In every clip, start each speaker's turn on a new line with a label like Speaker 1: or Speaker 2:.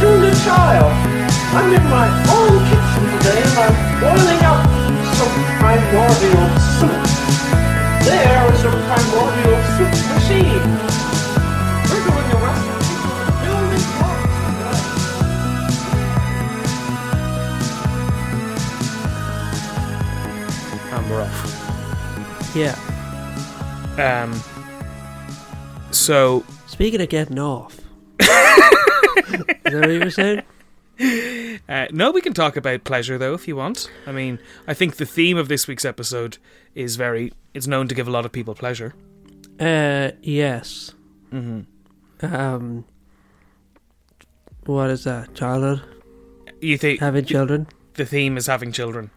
Speaker 1: child. I'm in my own kitchen today and I'm boiling up some primordial soup. There is a primordial soup machine. We're doing a recipe. Building blocks of life.
Speaker 2: and we're off.
Speaker 3: Yeah.
Speaker 2: Um, so
Speaker 3: Speaking of getting off. Is that what you were saying?
Speaker 2: uh, no, we can talk about pleasure though if you want. I mean, I think the theme of this week's episode is very. It's known to give a lot of people pleasure.
Speaker 3: Uh, yes. Mm-hmm. Um, what is that? Childhood?
Speaker 2: You think
Speaker 3: Having children?
Speaker 2: the theme is having children?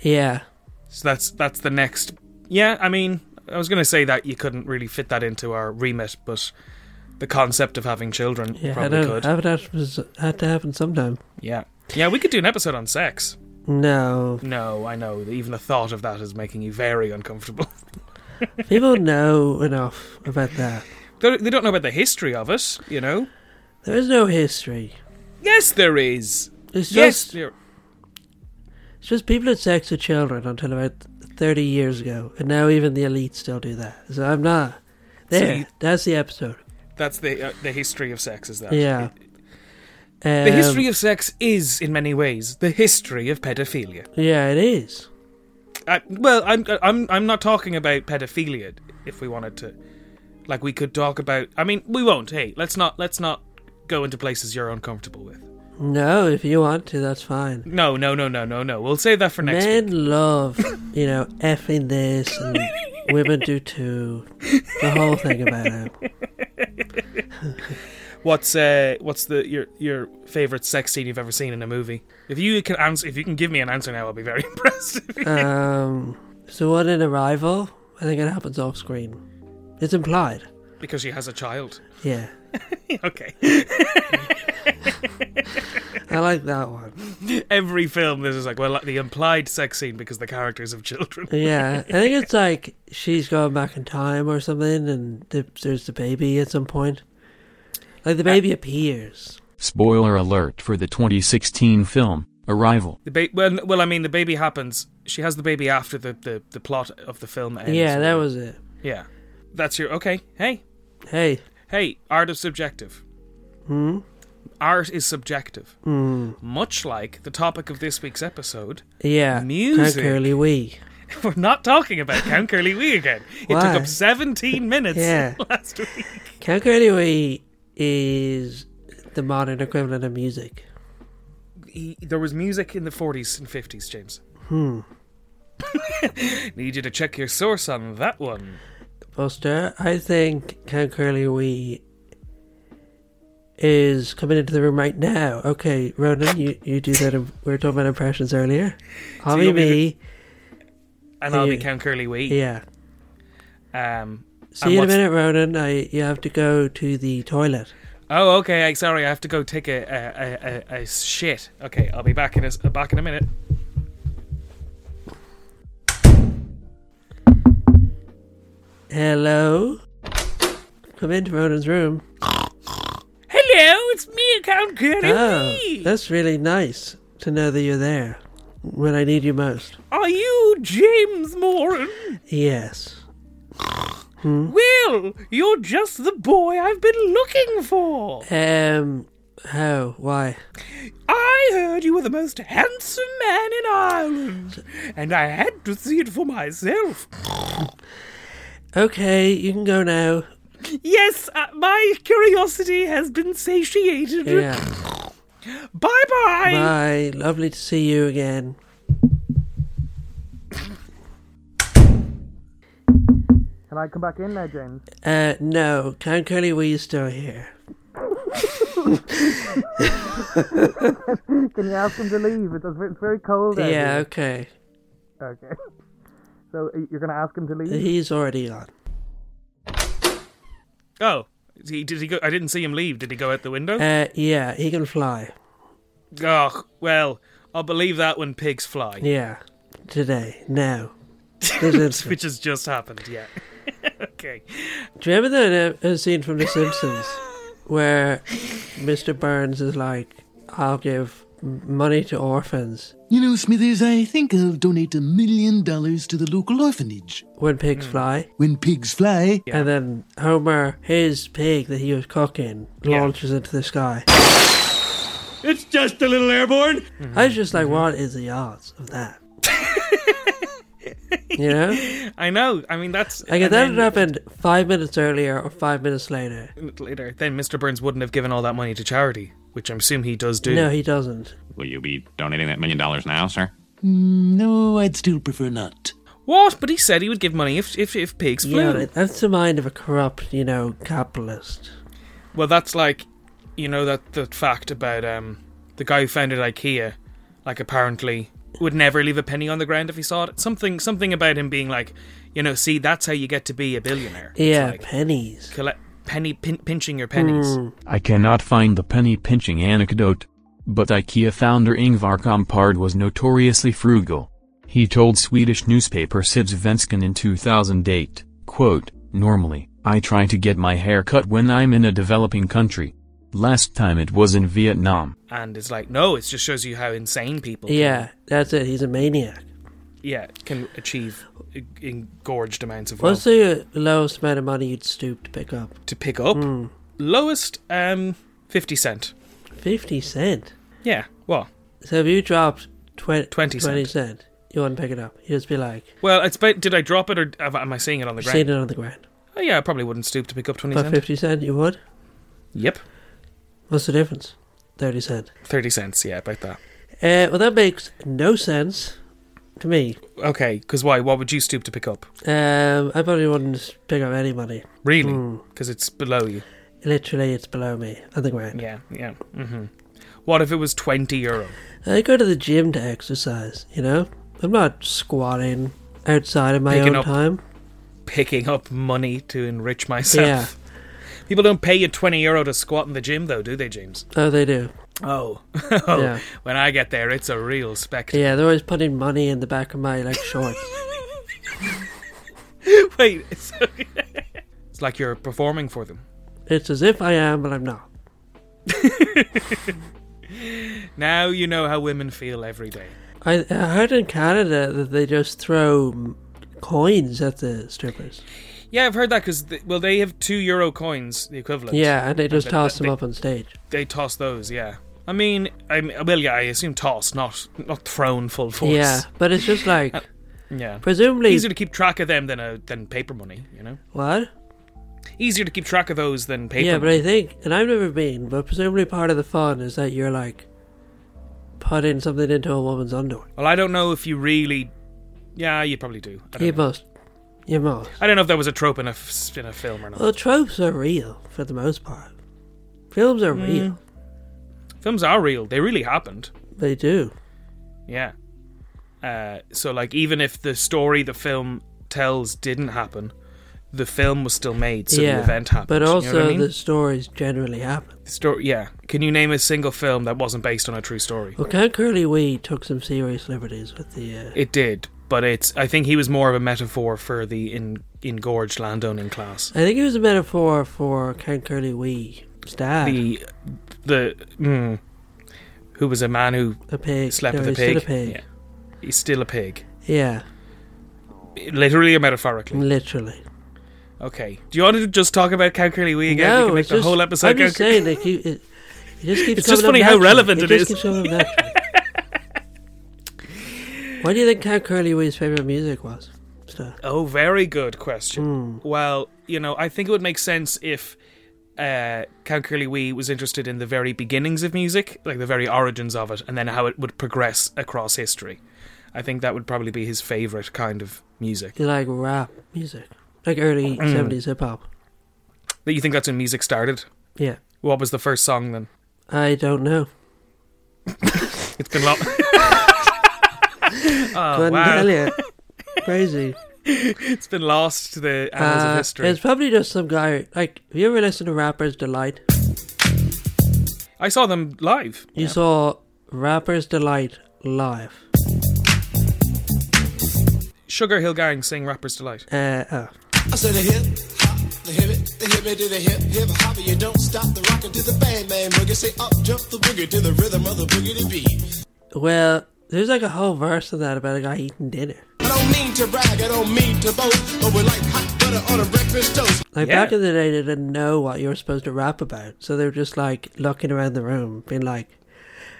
Speaker 3: Yeah.
Speaker 2: So that's that's the next. Yeah, I mean, I was going to say that you couldn't really fit that into our remit, but the concept of having children
Speaker 3: Yeah, I
Speaker 2: probably
Speaker 3: don't,
Speaker 2: could.
Speaker 3: I would have, to- had to happen sometime.
Speaker 2: yeah, yeah, we could do an episode on sex.
Speaker 3: No.
Speaker 2: No, I know. Even the thought of that is making you very uncomfortable.
Speaker 3: People know enough about that.
Speaker 2: they they don't know about the history of it, you know.
Speaker 3: There is no history.
Speaker 2: Yes, there is.
Speaker 3: It's
Speaker 2: yes,
Speaker 3: just,
Speaker 2: there-
Speaker 3: it's just people had sex with children until about 30 years ago, and now even the elite still do that. So I'm not.
Speaker 2: So
Speaker 3: There,
Speaker 2: you-
Speaker 3: that's the episode.
Speaker 2: that's the uh, the history of sex. Is that
Speaker 3: Yeah. Um,
Speaker 2: The history of sex is, in many ways, the history of pedophilia.
Speaker 3: Yeah, it is.
Speaker 2: Uh, well, I'm I'm I'm not talking about pedophilia. If we wanted to, like, we could talk about. I mean, we won't. Hey, let's not let's not go into places you're uncomfortable with.
Speaker 3: No, if you want to, that's fine.
Speaker 2: No, no, no, no, no, no. We'll save that for next.
Speaker 3: Men
Speaker 2: week.
Speaker 3: love, you know, effing this, and women do too. The whole thing about it.
Speaker 2: What's uh what's the your your favorite sex scene you've ever seen in a movie? If you can answer, if you can give me an answer now, I'll be very impressed.
Speaker 3: Um, so what in Arrival? I think it happens off screen. It's implied.
Speaker 2: because she has a child.
Speaker 3: Yeah,
Speaker 2: okay.
Speaker 3: I like that one.
Speaker 2: Every film, this is like, well, like the implied sex scene because the characters have children.
Speaker 3: Yeah, I think it's like she's going back in time or something, and the, there's the baby at some point. Like the baby appears.
Speaker 4: Spoiler alert for the 2016 film, Arrival.
Speaker 2: The ba- well, n- well, I mean, the baby happens. She has the baby after the, the, the plot of the film ends.
Speaker 3: Yeah, that was it.
Speaker 2: Yeah. That's your. Okay. Hey.
Speaker 3: Hey,
Speaker 2: Hey, art is subjective. Hmm? Art is subjective.
Speaker 3: Hmm.
Speaker 2: Much like the topic of this week's episode,
Speaker 3: yeah,
Speaker 2: Music.
Speaker 3: Hank Curly Wee.
Speaker 2: we're not talking about Count Curly Wee again. It
Speaker 3: Why?
Speaker 2: took up 17 minutes
Speaker 3: Yeah.
Speaker 2: last week.
Speaker 3: Count Anyway is the modern equivalent of music.
Speaker 2: he, there was music in the 40s and 50s, James. Hmm. Need you to check your source on that one.
Speaker 3: Buster, I think Count Curly Wee is coming into the room right now. Okay, Ronan, you, you do that. im- We were talking about impressions earlier. I'll
Speaker 2: you
Speaker 3: be
Speaker 2: want me
Speaker 3: me.
Speaker 2: And I'll be
Speaker 3: Yeah.
Speaker 2: Count Curly Wee.
Speaker 3: Yeah.
Speaker 2: Um,
Speaker 3: See you in a
Speaker 2: what's-
Speaker 3: minute, Ronan. I you have to go to the toilet.
Speaker 2: oh, okay. I, sorry, I have to go take a, a, a, a, a shit. Okay, I'll be back in a, s- back in a minute.
Speaker 3: Hello. Come into Ronan's room.
Speaker 2: Hello, it's me, Count Curly
Speaker 3: Oh,
Speaker 2: Wee.
Speaker 3: that's really nice to know that you're there when I need you most.
Speaker 2: Are you James Moran?
Speaker 3: Yes. Hmm?
Speaker 2: Well, you're just the boy I've been looking for.
Speaker 3: Um, how? Why?
Speaker 2: I heard you were the most handsome man in Ireland, and I had to see it for myself.
Speaker 3: Okay, you can go now.
Speaker 2: Yes, uh, my curiosity has been satiated.
Speaker 3: Yeah.
Speaker 2: Bye bye.
Speaker 3: Bye. Lovely to see you again.
Speaker 2: Can I come back in now, James?
Speaker 3: Uh, no, Count Curly Wee is still here.
Speaker 2: Can you ask him to leave? It's, it's very cold. out
Speaker 3: Yeah,
Speaker 2: here.
Speaker 3: okay.
Speaker 2: Okay. So uh, you're going to ask him to leave?
Speaker 3: He's already on.
Speaker 2: Oh. He, did he go? I didn't see him leave. Did he go out the window?
Speaker 3: Uh, yeah, he can fly.
Speaker 2: oh, well, I'll believe that when pigs fly,
Speaker 3: Yeah. Today. Now. This instant.
Speaker 2: which has just happened. Yeah. okay.
Speaker 3: Do you remember that uh, uh, scene from The Simpsons where Mr. Burns is like, I'll give m- money to orphans
Speaker 5: You know, Smithers, I think I'll donate a million dollars to the local orphanage.
Speaker 3: when pigs fly.
Speaker 5: When pigs fly,
Speaker 2: Mm, Yeah.
Speaker 3: And then Homer, his pig that he was cooking,
Speaker 2: Yeah.
Speaker 3: launches into the sky.
Speaker 6: It's just a little airborne.
Speaker 3: I was just like, what is the odds of that? you know?
Speaker 2: I know. I mean, that's.
Speaker 3: Like,
Speaker 2: and
Speaker 3: if that had
Speaker 2: then-
Speaker 3: happened five minutes earlier or five minutes later.
Speaker 2: later, then Mr. Burns wouldn't have given all that money to charity, which I'm assuming he does do.
Speaker 3: No, he doesn't.
Speaker 7: Will you be donating that million dollars now, sir?
Speaker 5: no, I'd still prefer not.
Speaker 2: What? But he said he would give money if if, if pigs flew.
Speaker 3: Yeah, but that's the mind of a corrupt, you know, capitalist.
Speaker 2: Well, that's like, you know, that that fact about um the guy who founded IKEA, like apparently would never leave a penny on the ground if he saw it. Something something about him being like, you know, see, that's how you get to be a billionaire. It's
Speaker 3: Yeah, Hmm.
Speaker 2: like
Speaker 3: pennies. Mm,
Speaker 2: collect penny pin- pinching your pennies.
Speaker 4: I cannot find the penny pinching anecdote. But IKEA founder Ingvar Kamprad was notoriously frugal. He told Swedish newspaper Svenskan in 2008, quote, Normally, I try to get my hair cut when I'm in a developing country. Last time it was in Vietnam.
Speaker 2: And it's like, no, it just shows you how insane people. can-
Speaker 3: Yeah, that's it. He's a maniac.
Speaker 2: yeah, can achieve e- engorged amounts of
Speaker 3: What's
Speaker 2: wealth
Speaker 3: the lowest amount of money you'd stoop to pick up?
Speaker 2: to pick up.
Speaker 3: Hmm.
Speaker 2: Lowest, um, fifty cent.
Speaker 3: 50 cent.
Speaker 2: Yeah. Well,
Speaker 3: So if you dropped twen-
Speaker 2: 20 cent.
Speaker 3: cent, you wouldn't pick it up. You'd just be like,
Speaker 2: well, it's about. Did I drop it or have- am I seeing it on the ground?
Speaker 3: seen it on the ground.
Speaker 2: Oh, yeah, I probably wouldn't stoop to pick up 20
Speaker 3: But
Speaker 2: cents.
Speaker 3: 50 cent, you would?
Speaker 2: Yep.
Speaker 3: What's the difference? 30 cent.
Speaker 2: 30 cents, yeah, about that.
Speaker 3: Uh, well, that makes no sense to me.
Speaker 2: Okay, because why? What would you stoop to pick up?
Speaker 3: Um, I probably wouldn't pick up any money.
Speaker 2: Really? Because it's below you.
Speaker 3: Literally, it's below me on the ground.
Speaker 2: Yeah, yeah. hmm What if it was 20 euro?
Speaker 3: I go to the gym to exercise, you know? I'm not squatting outside of my
Speaker 2: Picking
Speaker 3: own
Speaker 2: up
Speaker 3: time.
Speaker 2: Picking up money to enrich myself. Yeah. People don't pay you 20 euro to squat in the gym, though, do they, James?
Speaker 3: Oh, they do.
Speaker 2: Oh.
Speaker 3: Yeah.
Speaker 2: When I get there, it's a real spectacle.
Speaker 3: Yeah, they're always putting money in the back of my like shorts.
Speaker 2: Wait, it's, it's like you're performing for them.
Speaker 3: it's as if I am, but I'm not.
Speaker 2: Now you know how women feel every day.
Speaker 3: I, I heard in Canada that they just throw m- coins at the strippers.
Speaker 2: Yeah, I've heard that because, well, they have two euro coins, the equivalent.
Speaker 3: Yeah, and they just
Speaker 2: but-
Speaker 3: toss
Speaker 2: but
Speaker 3: them
Speaker 2: they-
Speaker 3: up on stage.
Speaker 2: they toss those, yeah. I mean, I mean, well, yeah, I assume toss, not not thrown full force.
Speaker 3: Yeah, but it's just like
Speaker 2: yeah.
Speaker 3: presumably
Speaker 2: Easier to keep track of them than a, than paper money, you know.
Speaker 3: what?
Speaker 2: Easier to keep track of those than paper.
Speaker 3: yeah, but
Speaker 2: money.
Speaker 3: I think, and I've never been, but presumably part of the fun is that you're like putting something into a woman's underwear.
Speaker 2: well, I don't know if you really. Yeah, you probably do. I don't,
Speaker 3: You
Speaker 2: know.
Speaker 3: must, you must.
Speaker 2: I don't know if that was a trope in a f- in a film or not.
Speaker 3: Well, tropes are real for the most part. Films are real.
Speaker 2: Films are real; they really happened.
Speaker 3: They do.
Speaker 2: Yeah. Uh, so, like, even if the story the film tells didn't happen, the film was still made, so
Speaker 3: yeah.
Speaker 2: the event happened.
Speaker 3: But
Speaker 2: You know what
Speaker 3: also,
Speaker 2: I mean?
Speaker 3: the stories generally happen.
Speaker 2: Story, yeah. Can you name a single film that wasn't based on a true story?
Speaker 3: Well, Count Curly Wee took some serious liberties with the. Uh,
Speaker 2: It did, but it's. I think he was more of a metaphor for the in, engorged landowning class.
Speaker 3: I think it was a metaphor for Count Curly Wee stab
Speaker 2: The, the, mm, who was a man who
Speaker 3: a pig.
Speaker 2: slept
Speaker 3: no,
Speaker 2: with a
Speaker 3: he
Speaker 2: pig.
Speaker 3: stood a pig.
Speaker 2: Yeah, he's still a pig,
Speaker 3: Yeah.
Speaker 2: literally or metaphorically.
Speaker 3: literally.
Speaker 2: Okay. Do you want to just talk about Calcurly Wee again? we
Speaker 3: no,
Speaker 2: can make
Speaker 3: it's
Speaker 2: the
Speaker 3: just,
Speaker 2: whole episode.
Speaker 3: I'm just
Speaker 2: Calcul-
Speaker 3: saying, they keep, it, it just keeps.
Speaker 2: It's just
Speaker 3: coming up
Speaker 2: funny how
Speaker 3: naturally.
Speaker 2: relevant it
Speaker 3: it
Speaker 2: is.
Speaker 3: Just keeps coming up naturally. what do you think Count Curly Wee's favorite music was? Stuff.
Speaker 2: Oh, very good question.
Speaker 3: Hmm.
Speaker 2: Well, you know, I think it would make sense if uh, Count Curly Wee was interested in the very beginnings of music, like the very origins of it, and then how it would progress across history. I think that would probably be his favorite kind of music.
Speaker 3: You like rap music, like early
Speaker 2: Mm.
Speaker 3: '70s hip hop.
Speaker 2: That you think that's when music started?
Speaker 3: Yeah,
Speaker 2: What was the first song then?
Speaker 3: I don't know.
Speaker 2: It's been long. oh,
Speaker 3: Couldn't
Speaker 2: wow.
Speaker 3: tell you. Crazy.
Speaker 2: It's been lost to the annals
Speaker 3: Uh,
Speaker 2: of history.
Speaker 3: It's probably just some guy. Like, have you ever listened to Rapper's Delight?
Speaker 2: I saw them live.
Speaker 3: You saw Rapper's Delight live.
Speaker 2: Sugar Hill Gang sing Rapper's Delight.
Speaker 3: Uh, oh.
Speaker 8: I said the hip hop, the hip it, the hip baby to the hip hip hopper. You don't stop the rockin' to the bang bang boogie. Say up jump the boogie to the rhythm of the boogie to beat.
Speaker 3: Well, there's like a whole verse of that about a guy eating dinner.
Speaker 8: I don't mean to brag, I don't mean to boast, but we're like hot butter on a breakfast toast.
Speaker 3: Like
Speaker 2: Yeah.
Speaker 3: back in the day, they didn't know what you were supposed to rap about, so they were just like looking around the room, being like,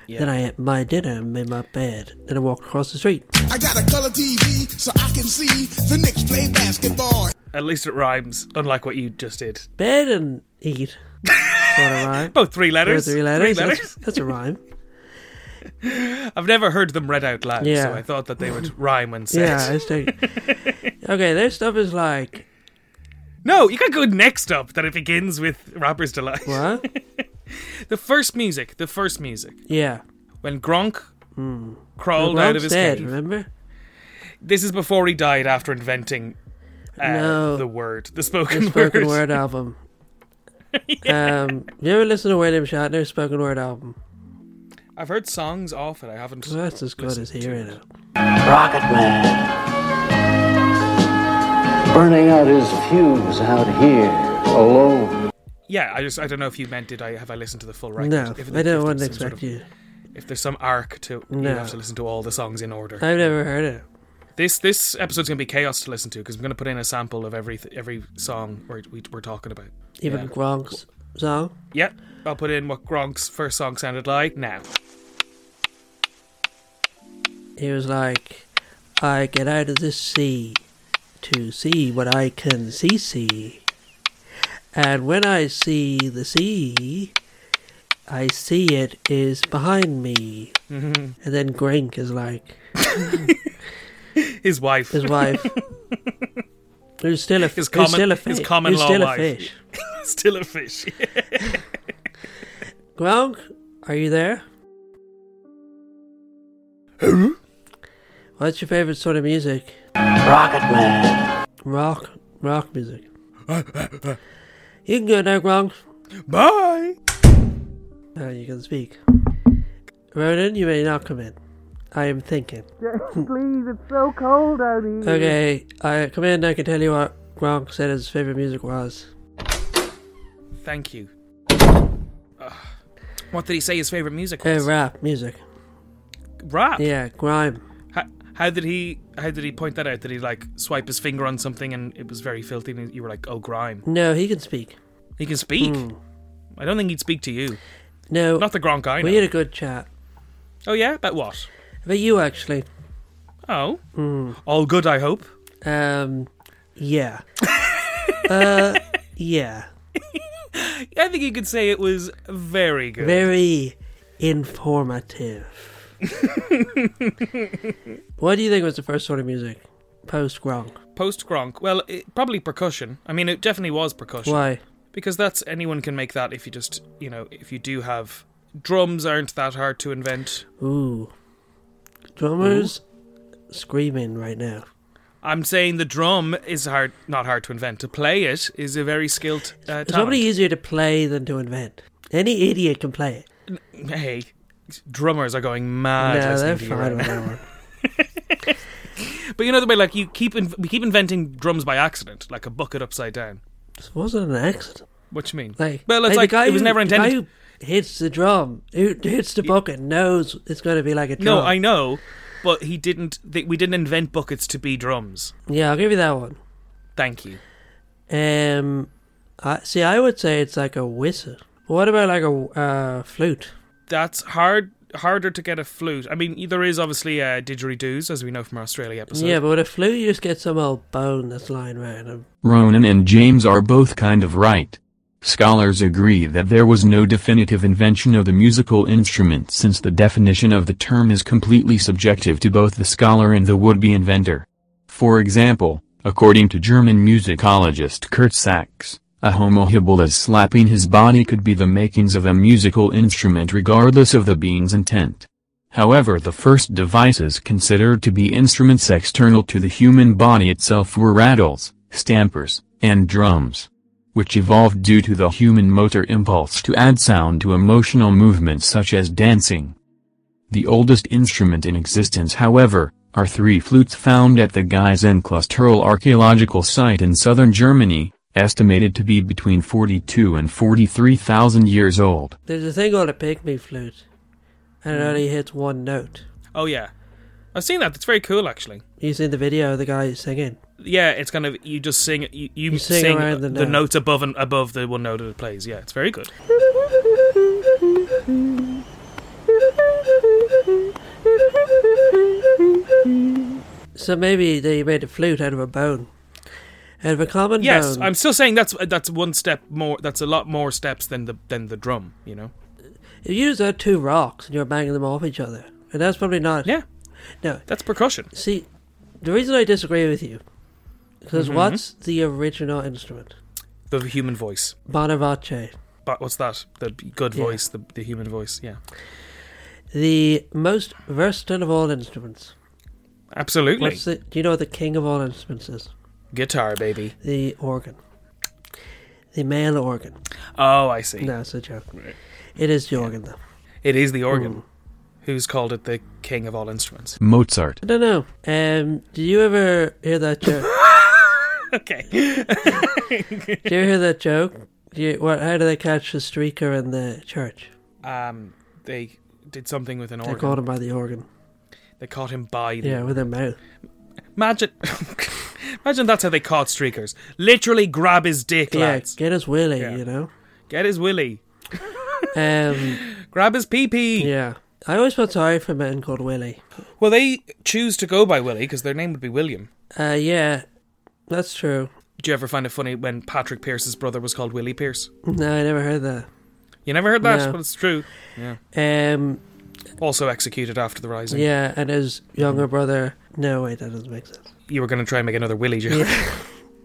Speaker 3: "Then I ate my dinner and made my bed, then I walked across the street."
Speaker 8: I got a color TV so I can see the Knicks play basketball.
Speaker 2: At least it rhymes, unlike what you just did.
Speaker 3: Bed and eat. Sort of rhyme.
Speaker 2: Both three letters.
Speaker 3: Three letters.
Speaker 2: Three
Speaker 3: That's, that's a rhyme.
Speaker 2: I've never heard them read out loud,
Speaker 3: Yeah.
Speaker 2: so I thought that they would rhyme and say.
Speaker 3: yeah, it's like, okay. Their stuff is like
Speaker 2: No, you gotta go next up that it begins with Rapper's Delight.
Speaker 3: what?
Speaker 2: The first music, the first music.
Speaker 3: Yeah,
Speaker 2: When Gronk
Speaker 3: Hmm.
Speaker 2: crawled
Speaker 3: Well,
Speaker 2: out of
Speaker 3: Gronk's
Speaker 2: his
Speaker 3: dead.
Speaker 2: cave.
Speaker 3: Remember?
Speaker 2: This is before he died after inventing uh,
Speaker 3: No.
Speaker 2: the word, the spoken,
Speaker 3: the spoken
Speaker 2: word.
Speaker 3: word album. Um, you ever listen to William Shatner's spoken word album?
Speaker 2: I've heard songs off it. I haven't.
Speaker 3: Well, that's as good
Speaker 2: listened
Speaker 3: as
Speaker 2: to
Speaker 3: hearing
Speaker 2: it.
Speaker 3: it.
Speaker 9: Rocket Man. Burning out his fuse out here, alone.
Speaker 2: Yeah, I just I don't know if you meant did I have I listened to the full record?
Speaker 3: No,
Speaker 2: If- if
Speaker 3: I don't
Speaker 2: there's
Speaker 3: want to
Speaker 2: some sort
Speaker 3: expect
Speaker 2: of-
Speaker 3: you.
Speaker 2: If there's some arc to, you
Speaker 3: No.
Speaker 2: have to listen to all the songs in order.
Speaker 3: I've never heard it.
Speaker 2: This this episode's gonna be chaos to listen to because I'm gonna put in a sample of every every song we're, we, we're talking about.
Speaker 3: Even
Speaker 2: Yeah.
Speaker 3: Gronk's song.
Speaker 2: Yep, I'll put in what Gronk's first song sounded like now.
Speaker 3: He was like, I get out of the sea to see what I can see, see. And when I see the sea, I see it is behind me.
Speaker 2: Mm-hmm.
Speaker 3: And then Grink is like,
Speaker 2: His wife.
Speaker 3: his wife. There's still a
Speaker 2: His
Speaker 3: there's
Speaker 2: common-
Speaker 3: still a
Speaker 2: his
Speaker 3: fish.
Speaker 2: common
Speaker 3: there's
Speaker 2: law
Speaker 3: still a
Speaker 2: wife.
Speaker 3: fish.
Speaker 2: Still a fish.
Speaker 3: Gronk, are you there? What's your favorite sort of music?
Speaker 9: Rocket Man.
Speaker 3: Rock, rock music. you can go now, Gronk.
Speaker 2: Bye.
Speaker 3: Now you can speak. Ronan, you may not come in. I am thinking. Please, it's so cold out here. Okay, I come in. I can tell you what Gronk said his favorite music was.
Speaker 2: Thank you. Ugh. What did he say his favorite music
Speaker 3: Uh,
Speaker 2: was?
Speaker 3: rap music.
Speaker 2: Rap.
Speaker 3: Yeah, grime.
Speaker 2: How, how did he how did he point that out? Did he like swipe his finger on something and it was very filthy? And you were like, "Oh, grime."
Speaker 3: No, he can speak.
Speaker 2: He can speak.
Speaker 3: Hmm.
Speaker 2: I don't think he'd speak to you.
Speaker 3: No,
Speaker 2: Not the Gronk I know.
Speaker 3: we had a good chat.
Speaker 2: Oh yeah, about what?
Speaker 3: About you, actually. Hmm.
Speaker 2: Oh, all good. I hope.
Speaker 3: Um, yeah. uh, yeah.
Speaker 2: I think you could say it was very good.
Speaker 3: Very informative. what do you think was the first sort of music? Post Gronk.
Speaker 2: Post Gronk. Well, it, probably percussion. I mean, it definitely was percussion.
Speaker 3: Why?
Speaker 2: Because that's anyone can make that if you just you know if you do have drums aren't that hard to invent.
Speaker 3: Ooh. Drummers screaming right now.
Speaker 2: I'm saying the drum is hard, not hard to invent. To play it is a very skilled uh,
Speaker 3: It's
Speaker 2: talent.
Speaker 3: probably easier to play than to invent. Any idiot can play it.
Speaker 2: Hey, drummers are going mad.
Speaker 3: no,
Speaker 2: listening
Speaker 3: they're
Speaker 2: to you
Speaker 3: fine
Speaker 2: right
Speaker 3: with
Speaker 2: now.
Speaker 3: that one.
Speaker 2: But you know the way, like you keep in- we keep inventing drums by accident, like a bucket upside down.
Speaker 3: This wasn't an accident.
Speaker 2: What you mean?
Speaker 3: Like,
Speaker 2: well, it's
Speaker 3: the
Speaker 2: like
Speaker 3: guy
Speaker 2: it was
Speaker 3: who-
Speaker 2: never
Speaker 3: the guy
Speaker 2: intended.
Speaker 3: who hits the drum, who hits the bucket, knows it's going to be like a drum.
Speaker 2: No, I know, but he didn't. Th- we didn't invent buckets to be drums.
Speaker 3: Yeah, I'll give you that one.
Speaker 2: Thank you.
Speaker 3: Um, I see. I would say it's like a whistle. What about like a uh, flute?
Speaker 2: That's hard. Harder to get a flute. I mean, there is obviously uh, didgeridoos, as we know from our Australia episode.
Speaker 3: yeah, but with a flute, you just get some old bone that's lying around. And
Speaker 4: Ronan and James are both kind of right. Scholars agree that there was no definitive invention of the musical instrument since the definition of the term is completely subjective to both the scholar and the would-be inventor. For example, according to German musicologist Kurt Sachs, a homo habilis slapping his body could be the makings of a musical instrument regardless of the being's intent. However the first devices considered to be instruments external to the human body itself were rattles, stampers, and drums, which evolved due to the human motor impulse to add sound to emotional movements such as dancing. The oldest instrument in existence however, are three flutes found at the Geisen Clusterl archaeological site in southern Germany, estimated to be between 42 and 43,000 years old.
Speaker 3: There's a thing on a pygmy flute, and it only hits one note.
Speaker 2: Oh yeah, I've seen that. It's very cool actually.
Speaker 3: You seen the video of the guy singing?
Speaker 2: Yeah, it's kind of you just sing you, you,
Speaker 3: You sing around
Speaker 2: the,
Speaker 3: the
Speaker 2: the
Speaker 3: note.
Speaker 2: notes above and above the one note that it plays. Yeah, it's very good.
Speaker 3: So maybe they made a flute out of a bone, out of a common
Speaker 2: Yes,
Speaker 3: bone.
Speaker 2: I'm still saying that's that's one step more. That's a lot more steps than the than the drum. You know.
Speaker 3: If you use uh, two rocks and you're banging them off each other, and that's probably not.
Speaker 2: Yeah,
Speaker 3: No.
Speaker 2: that's percussion.
Speaker 3: See, the reason I disagree with you, because
Speaker 2: Mm-hmm.
Speaker 3: what's the original instrument?
Speaker 2: The human voice.
Speaker 3: Bonavace.
Speaker 2: But what's that? The good
Speaker 3: Yeah.
Speaker 2: voice. The the human voice. Yeah,
Speaker 3: The most versatile of all instruments.
Speaker 2: absolutely.
Speaker 3: What's the, do you know what the king of all instruments is?
Speaker 2: Guitar, baby.
Speaker 3: The organ. The male organ.
Speaker 2: Oh, I see.
Speaker 3: No, it's a joke. It is the organ, though.
Speaker 2: It is the organ.
Speaker 3: Mm.
Speaker 2: Who's called it the king of all instruments?
Speaker 4: Mozart.
Speaker 3: I don't know. Um, did you ever hear that joke?
Speaker 2: Okay.
Speaker 3: Do you hear that joke? Do you, what, how do they catch the streaker in the church?
Speaker 2: Um, they did something with an
Speaker 3: They
Speaker 2: organ.
Speaker 3: caught him by the organ.
Speaker 2: They caught him by the.
Speaker 3: Yeah, with their mouth.
Speaker 2: Imagine, imagine that's how they caught streakers. Literally grab his dick, lads.
Speaker 3: Yeah, get his willy,
Speaker 2: Yeah.
Speaker 3: you know?
Speaker 2: Get his willy.
Speaker 3: Um,
Speaker 2: Grab his pee pee.
Speaker 3: yeah. I always felt sorry for men called Willie.
Speaker 2: Well, they choose to go by Willie because their name would be William.
Speaker 3: Uh, yeah, that's true.
Speaker 2: Did you ever find it funny when Patrick Pierce's brother was called Willie Pierce?
Speaker 3: No, I never heard that.
Speaker 2: You never heard that,
Speaker 3: No.
Speaker 2: but it's true.
Speaker 3: Um,
Speaker 2: Also executed after the rising.
Speaker 3: yeah, and his younger brother. No, wait, that doesn't make sense.
Speaker 2: You were going to try and make another Willie joke.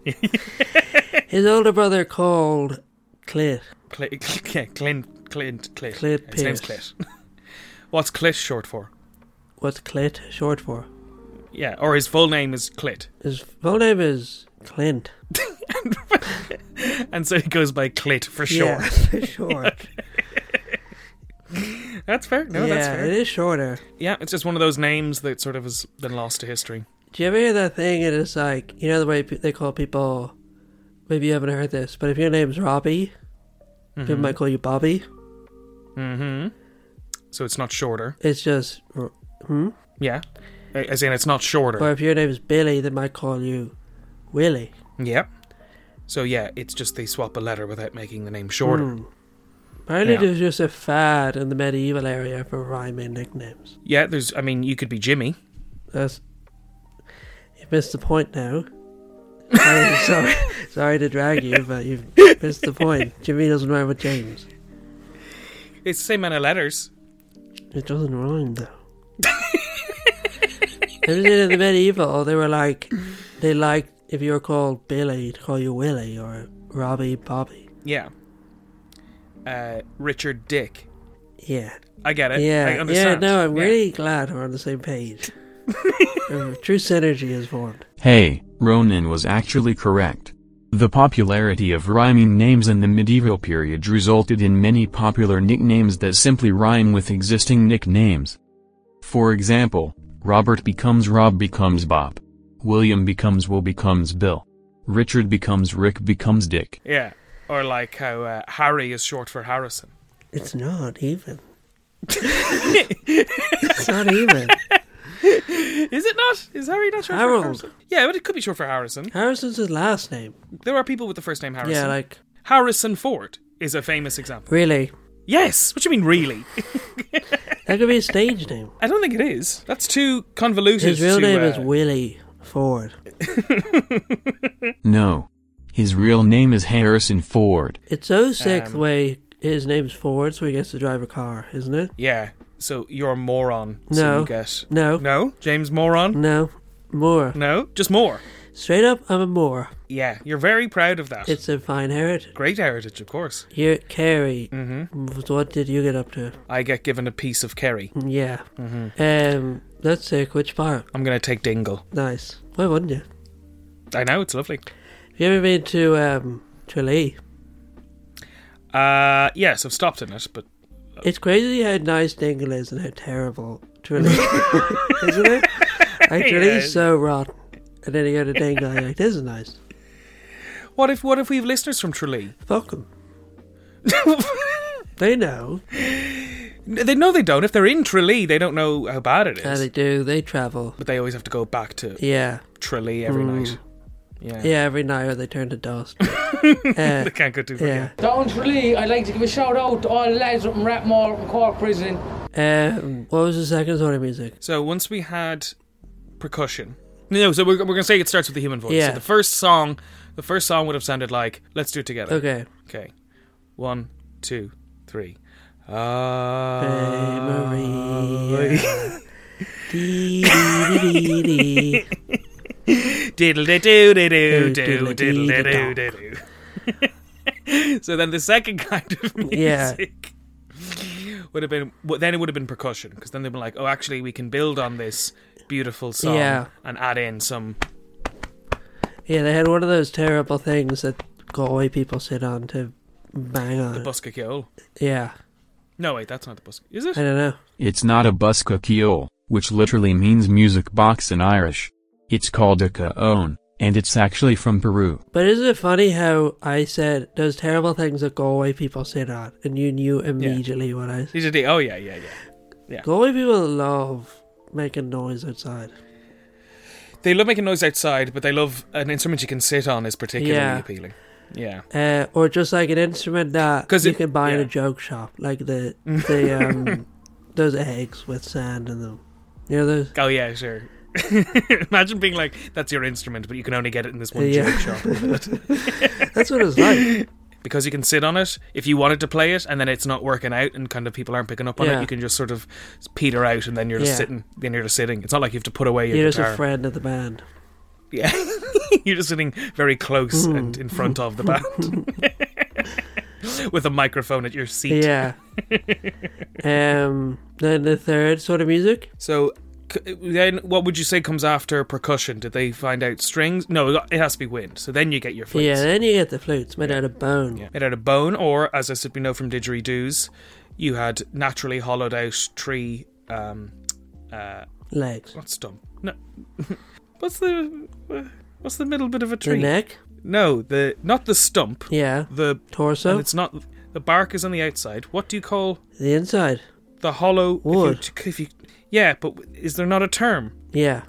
Speaker 3: His older brother called Clit.
Speaker 2: Cl- yeah, Clint, Clint, Clint.
Speaker 3: Clint
Speaker 2: His name's
Speaker 3: Pierce.
Speaker 2: Clit. What's Clit short for?
Speaker 3: What's Clit short for?
Speaker 2: Yeah, or his full name is Clit.
Speaker 3: His full name is Clint.
Speaker 2: And so he goes by Clit for short.
Speaker 3: Yeah, for short.
Speaker 2: That's fair. No,
Speaker 3: yeah,
Speaker 2: that's fair.
Speaker 3: it is shorter.
Speaker 2: Yeah, it's just one of those names that sort of has been lost to history.
Speaker 3: Do you ever hear that thing? And it's like, you know, the way pe- they call people. Maybe you haven't heard this, but if your name's Robbie, people might call you Bobby.
Speaker 2: So it's not shorter.
Speaker 3: It's just. R- Hmm?
Speaker 2: Yeah. I- As in, it's not shorter.
Speaker 3: Or if your name's Billy, they might call you Willie.
Speaker 2: yep. So yeah, it's just they swap a letter without making the name shorter.
Speaker 3: Hmm. Apparently,
Speaker 2: Yeah.
Speaker 3: there's just a fad in the medieval area for rhyming nicknames.
Speaker 2: Yeah, there's, I mean, you could be Jimmy.
Speaker 3: That's. You missed the point now. I'm sorry, sorry to drag you, but you've missed the point. Jimmy doesn't rhyme with James.
Speaker 2: It's the same amount of letters.
Speaker 3: It doesn't rhyme though. Have you seen in the medieval? They were like, they liked if you were called Billy, to call you Willie or Robbie, Bobby.
Speaker 2: Yeah. Uh, Richard Dick.
Speaker 3: Yeah,
Speaker 2: I get it. I
Speaker 3: yeah, yeah.
Speaker 2: understand.
Speaker 3: No, I'm
Speaker 2: Yeah.
Speaker 3: really glad we're on the same page. Uh, True synergy is formed.
Speaker 4: Hey, Ronan was actually correct. The popularity of rhyming names in the medieval period resulted in many popular nicknames that simply rhyme with existing nicknames. For example, Robert becomes Rob becomes Bob. William becomes Will becomes Bill. Richard becomes Rick becomes Dick.
Speaker 2: Yeah. Or like how uh, Harry is short for Harrison.
Speaker 3: It's not even. it's not even.
Speaker 2: Is it not? Is Harry not short
Speaker 3: Harold.
Speaker 2: for Harrison? Yeah, but it could be short for Harrison.
Speaker 3: Harrison's his last name.
Speaker 2: There are people with the first name Harrison.
Speaker 3: Yeah, like
Speaker 2: Harrison Ford is a famous example.
Speaker 3: really.
Speaker 2: Yes. What do you mean, really?
Speaker 3: That could be a stage name.
Speaker 2: I don't think it is. That's too convoluted.
Speaker 3: His real
Speaker 2: to,
Speaker 3: name
Speaker 2: uh,
Speaker 3: is Willie Ford.
Speaker 4: No. His real name is Harrison Ford.
Speaker 3: It's so sick the
Speaker 2: Um,
Speaker 3: way his name's Ford, so he gets to drive a car, isn't it?
Speaker 2: Yeah. So you're a moron. So
Speaker 3: No.
Speaker 2: you get...
Speaker 3: No.
Speaker 2: No. James Moron.
Speaker 3: No. Moore.
Speaker 2: No. Just more.
Speaker 3: Straight up, I'm a Moore.
Speaker 2: Yeah. You're very proud of that.
Speaker 3: It's a fine heritage.
Speaker 2: Great heritage, of course.
Speaker 3: You're Carrie. Mm-hmm. What did you get up to?
Speaker 2: I get given a piece of Kerry.
Speaker 3: Yeah. Um, that's sick. Which part?
Speaker 2: I'm gonna take Dingle.
Speaker 3: Nice. Why wouldn't you?
Speaker 2: I know it's lovely.
Speaker 3: Have you ever been to um, Tralee?
Speaker 2: Uh, yes, I've stopped in it, but
Speaker 3: It's crazy how nice Dingle is and how terrible Tralee is, isn't it? Like, Tralee's so rotten. And then you go to Dingle, you're like, this is nice.
Speaker 2: What if what if we have listeners from Tralee?
Speaker 3: Fuck 'em. They know.
Speaker 2: They no, they don't. If they're in Tralee, they don't know how bad it is.
Speaker 3: How they do. They travel.
Speaker 2: but they always have to go back to
Speaker 3: Yeah.
Speaker 2: Tralee every night. Yeah.
Speaker 3: Yeah, every night or they turn to dust. Uh,
Speaker 2: They can't go too far.
Speaker 3: yeah.
Speaker 10: Down to Lee, I'd like to give a shout out to all the lads up in Ratmore and Cork Prison.
Speaker 3: Um, what was the second sort of music?
Speaker 2: So once we had percussion. No, so we're, we're going to say it starts with the human voice.
Speaker 3: Yeah.
Speaker 2: So the first song, the first song would have sounded like, let's do it together.
Speaker 3: Okay.
Speaker 2: Okay. One, two, three. Ah.
Speaker 3: Hey,
Speaker 10: Uh,
Speaker 3: Maria. Dee, dee, dee, dee, dee.
Speaker 2: diddle de doo de doo doo diddle de doo de doo. So then the second kind of music
Speaker 3: Yeah.
Speaker 2: would have been well, then it would have been percussion because then they'd be like, oh, actually, we can build on this beautiful song
Speaker 3: Yeah.
Speaker 2: and add in some
Speaker 3: Yeah, they had one of those terrible things that Galway people sit on to bang on.
Speaker 2: buskakiol.
Speaker 3: yeah,
Speaker 2: Oh, No, wait, that's not the busk. Is it?
Speaker 3: I don't know.
Speaker 4: It's not a buska keol, which literally means music box in Irish. It's called a caon, and it's actually from Peru.
Speaker 3: But isn't it funny how I said those terrible things that Galway people sit on, and you knew immediately what I said?
Speaker 2: These are the- Oh yeah, yeah, yeah.
Speaker 3: Galway people love making noise outside.
Speaker 2: They love making noise outside, but they love an instrument you can sit on is particularly
Speaker 3: Yeah.
Speaker 2: appealing. Yeah.
Speaker 3: Uh, or just like an instrument that
Speaker 2: 'Cause
Speaker 3: you
Speaker 2: it-
Speaker 3: can buy in a
Speaker 2: yeah.
Speaker 3: joke shop, like the the um those eggs with sand in them. You know those?
Speaker 2: Oh yeah, sure. Imagine being like, that's your instrument, but you can only get it in this one
Speaker 3: Yeah.
Speaker 2: joke shop.
Speaker 3: That's what it's like.
Speaker 2: because you can sit on it. If you wanted to play it and then it's not working out and kind of people aren't picking up on
Speaker 3: Yeah.
Speaker 2: it, you can just sort of peter out and then you're just
Speaker 3: Yeah.
Speaker 2: sitting. Then you're just sitting. It's not like you have to put away your
Speaker 3: You're just
Speaker 2: guitar.
Speaker 3: a friend of the band.
Speaker 2: Yeah, you're just sitting very close
Speaker 3: Hmm.
Speaker 2: and in front of the band with a microphone at your seat.
Speaker 3: Yeah. um. Then the third sort of music.
Speaker 2: So c- then, what would you say comes after percussion? Did they find out strings? No, it has to be wind. So then you get your flutes.
Speaker 3: Yeah. Then you get the flutes made out of bone.
Speaker 2: made out of bone, or as I said, we know from didgeridoos, you had naturally hollowed out tree. Um,
Speaker 3: Legs.
Speaker 2: what's dumb? No, what's the uh, what's the middle bit of a
Speaker 3: The
Speaker 2: tree?
Speaker 3: neck.
Speaker 2: no, the not the stump.
Speaker 3: Yeah.
Speaker 2: The
Speaker 3: Torso.
Speaker 2: and it's not the bark is on the outside. What do you call
Speaker 3: The inside.
Speaker 2: the hollow if you-
Speaker 3: Wood.
Speaker 2: If you, yeah, but is there not a term?
Speaker 3: Yeah.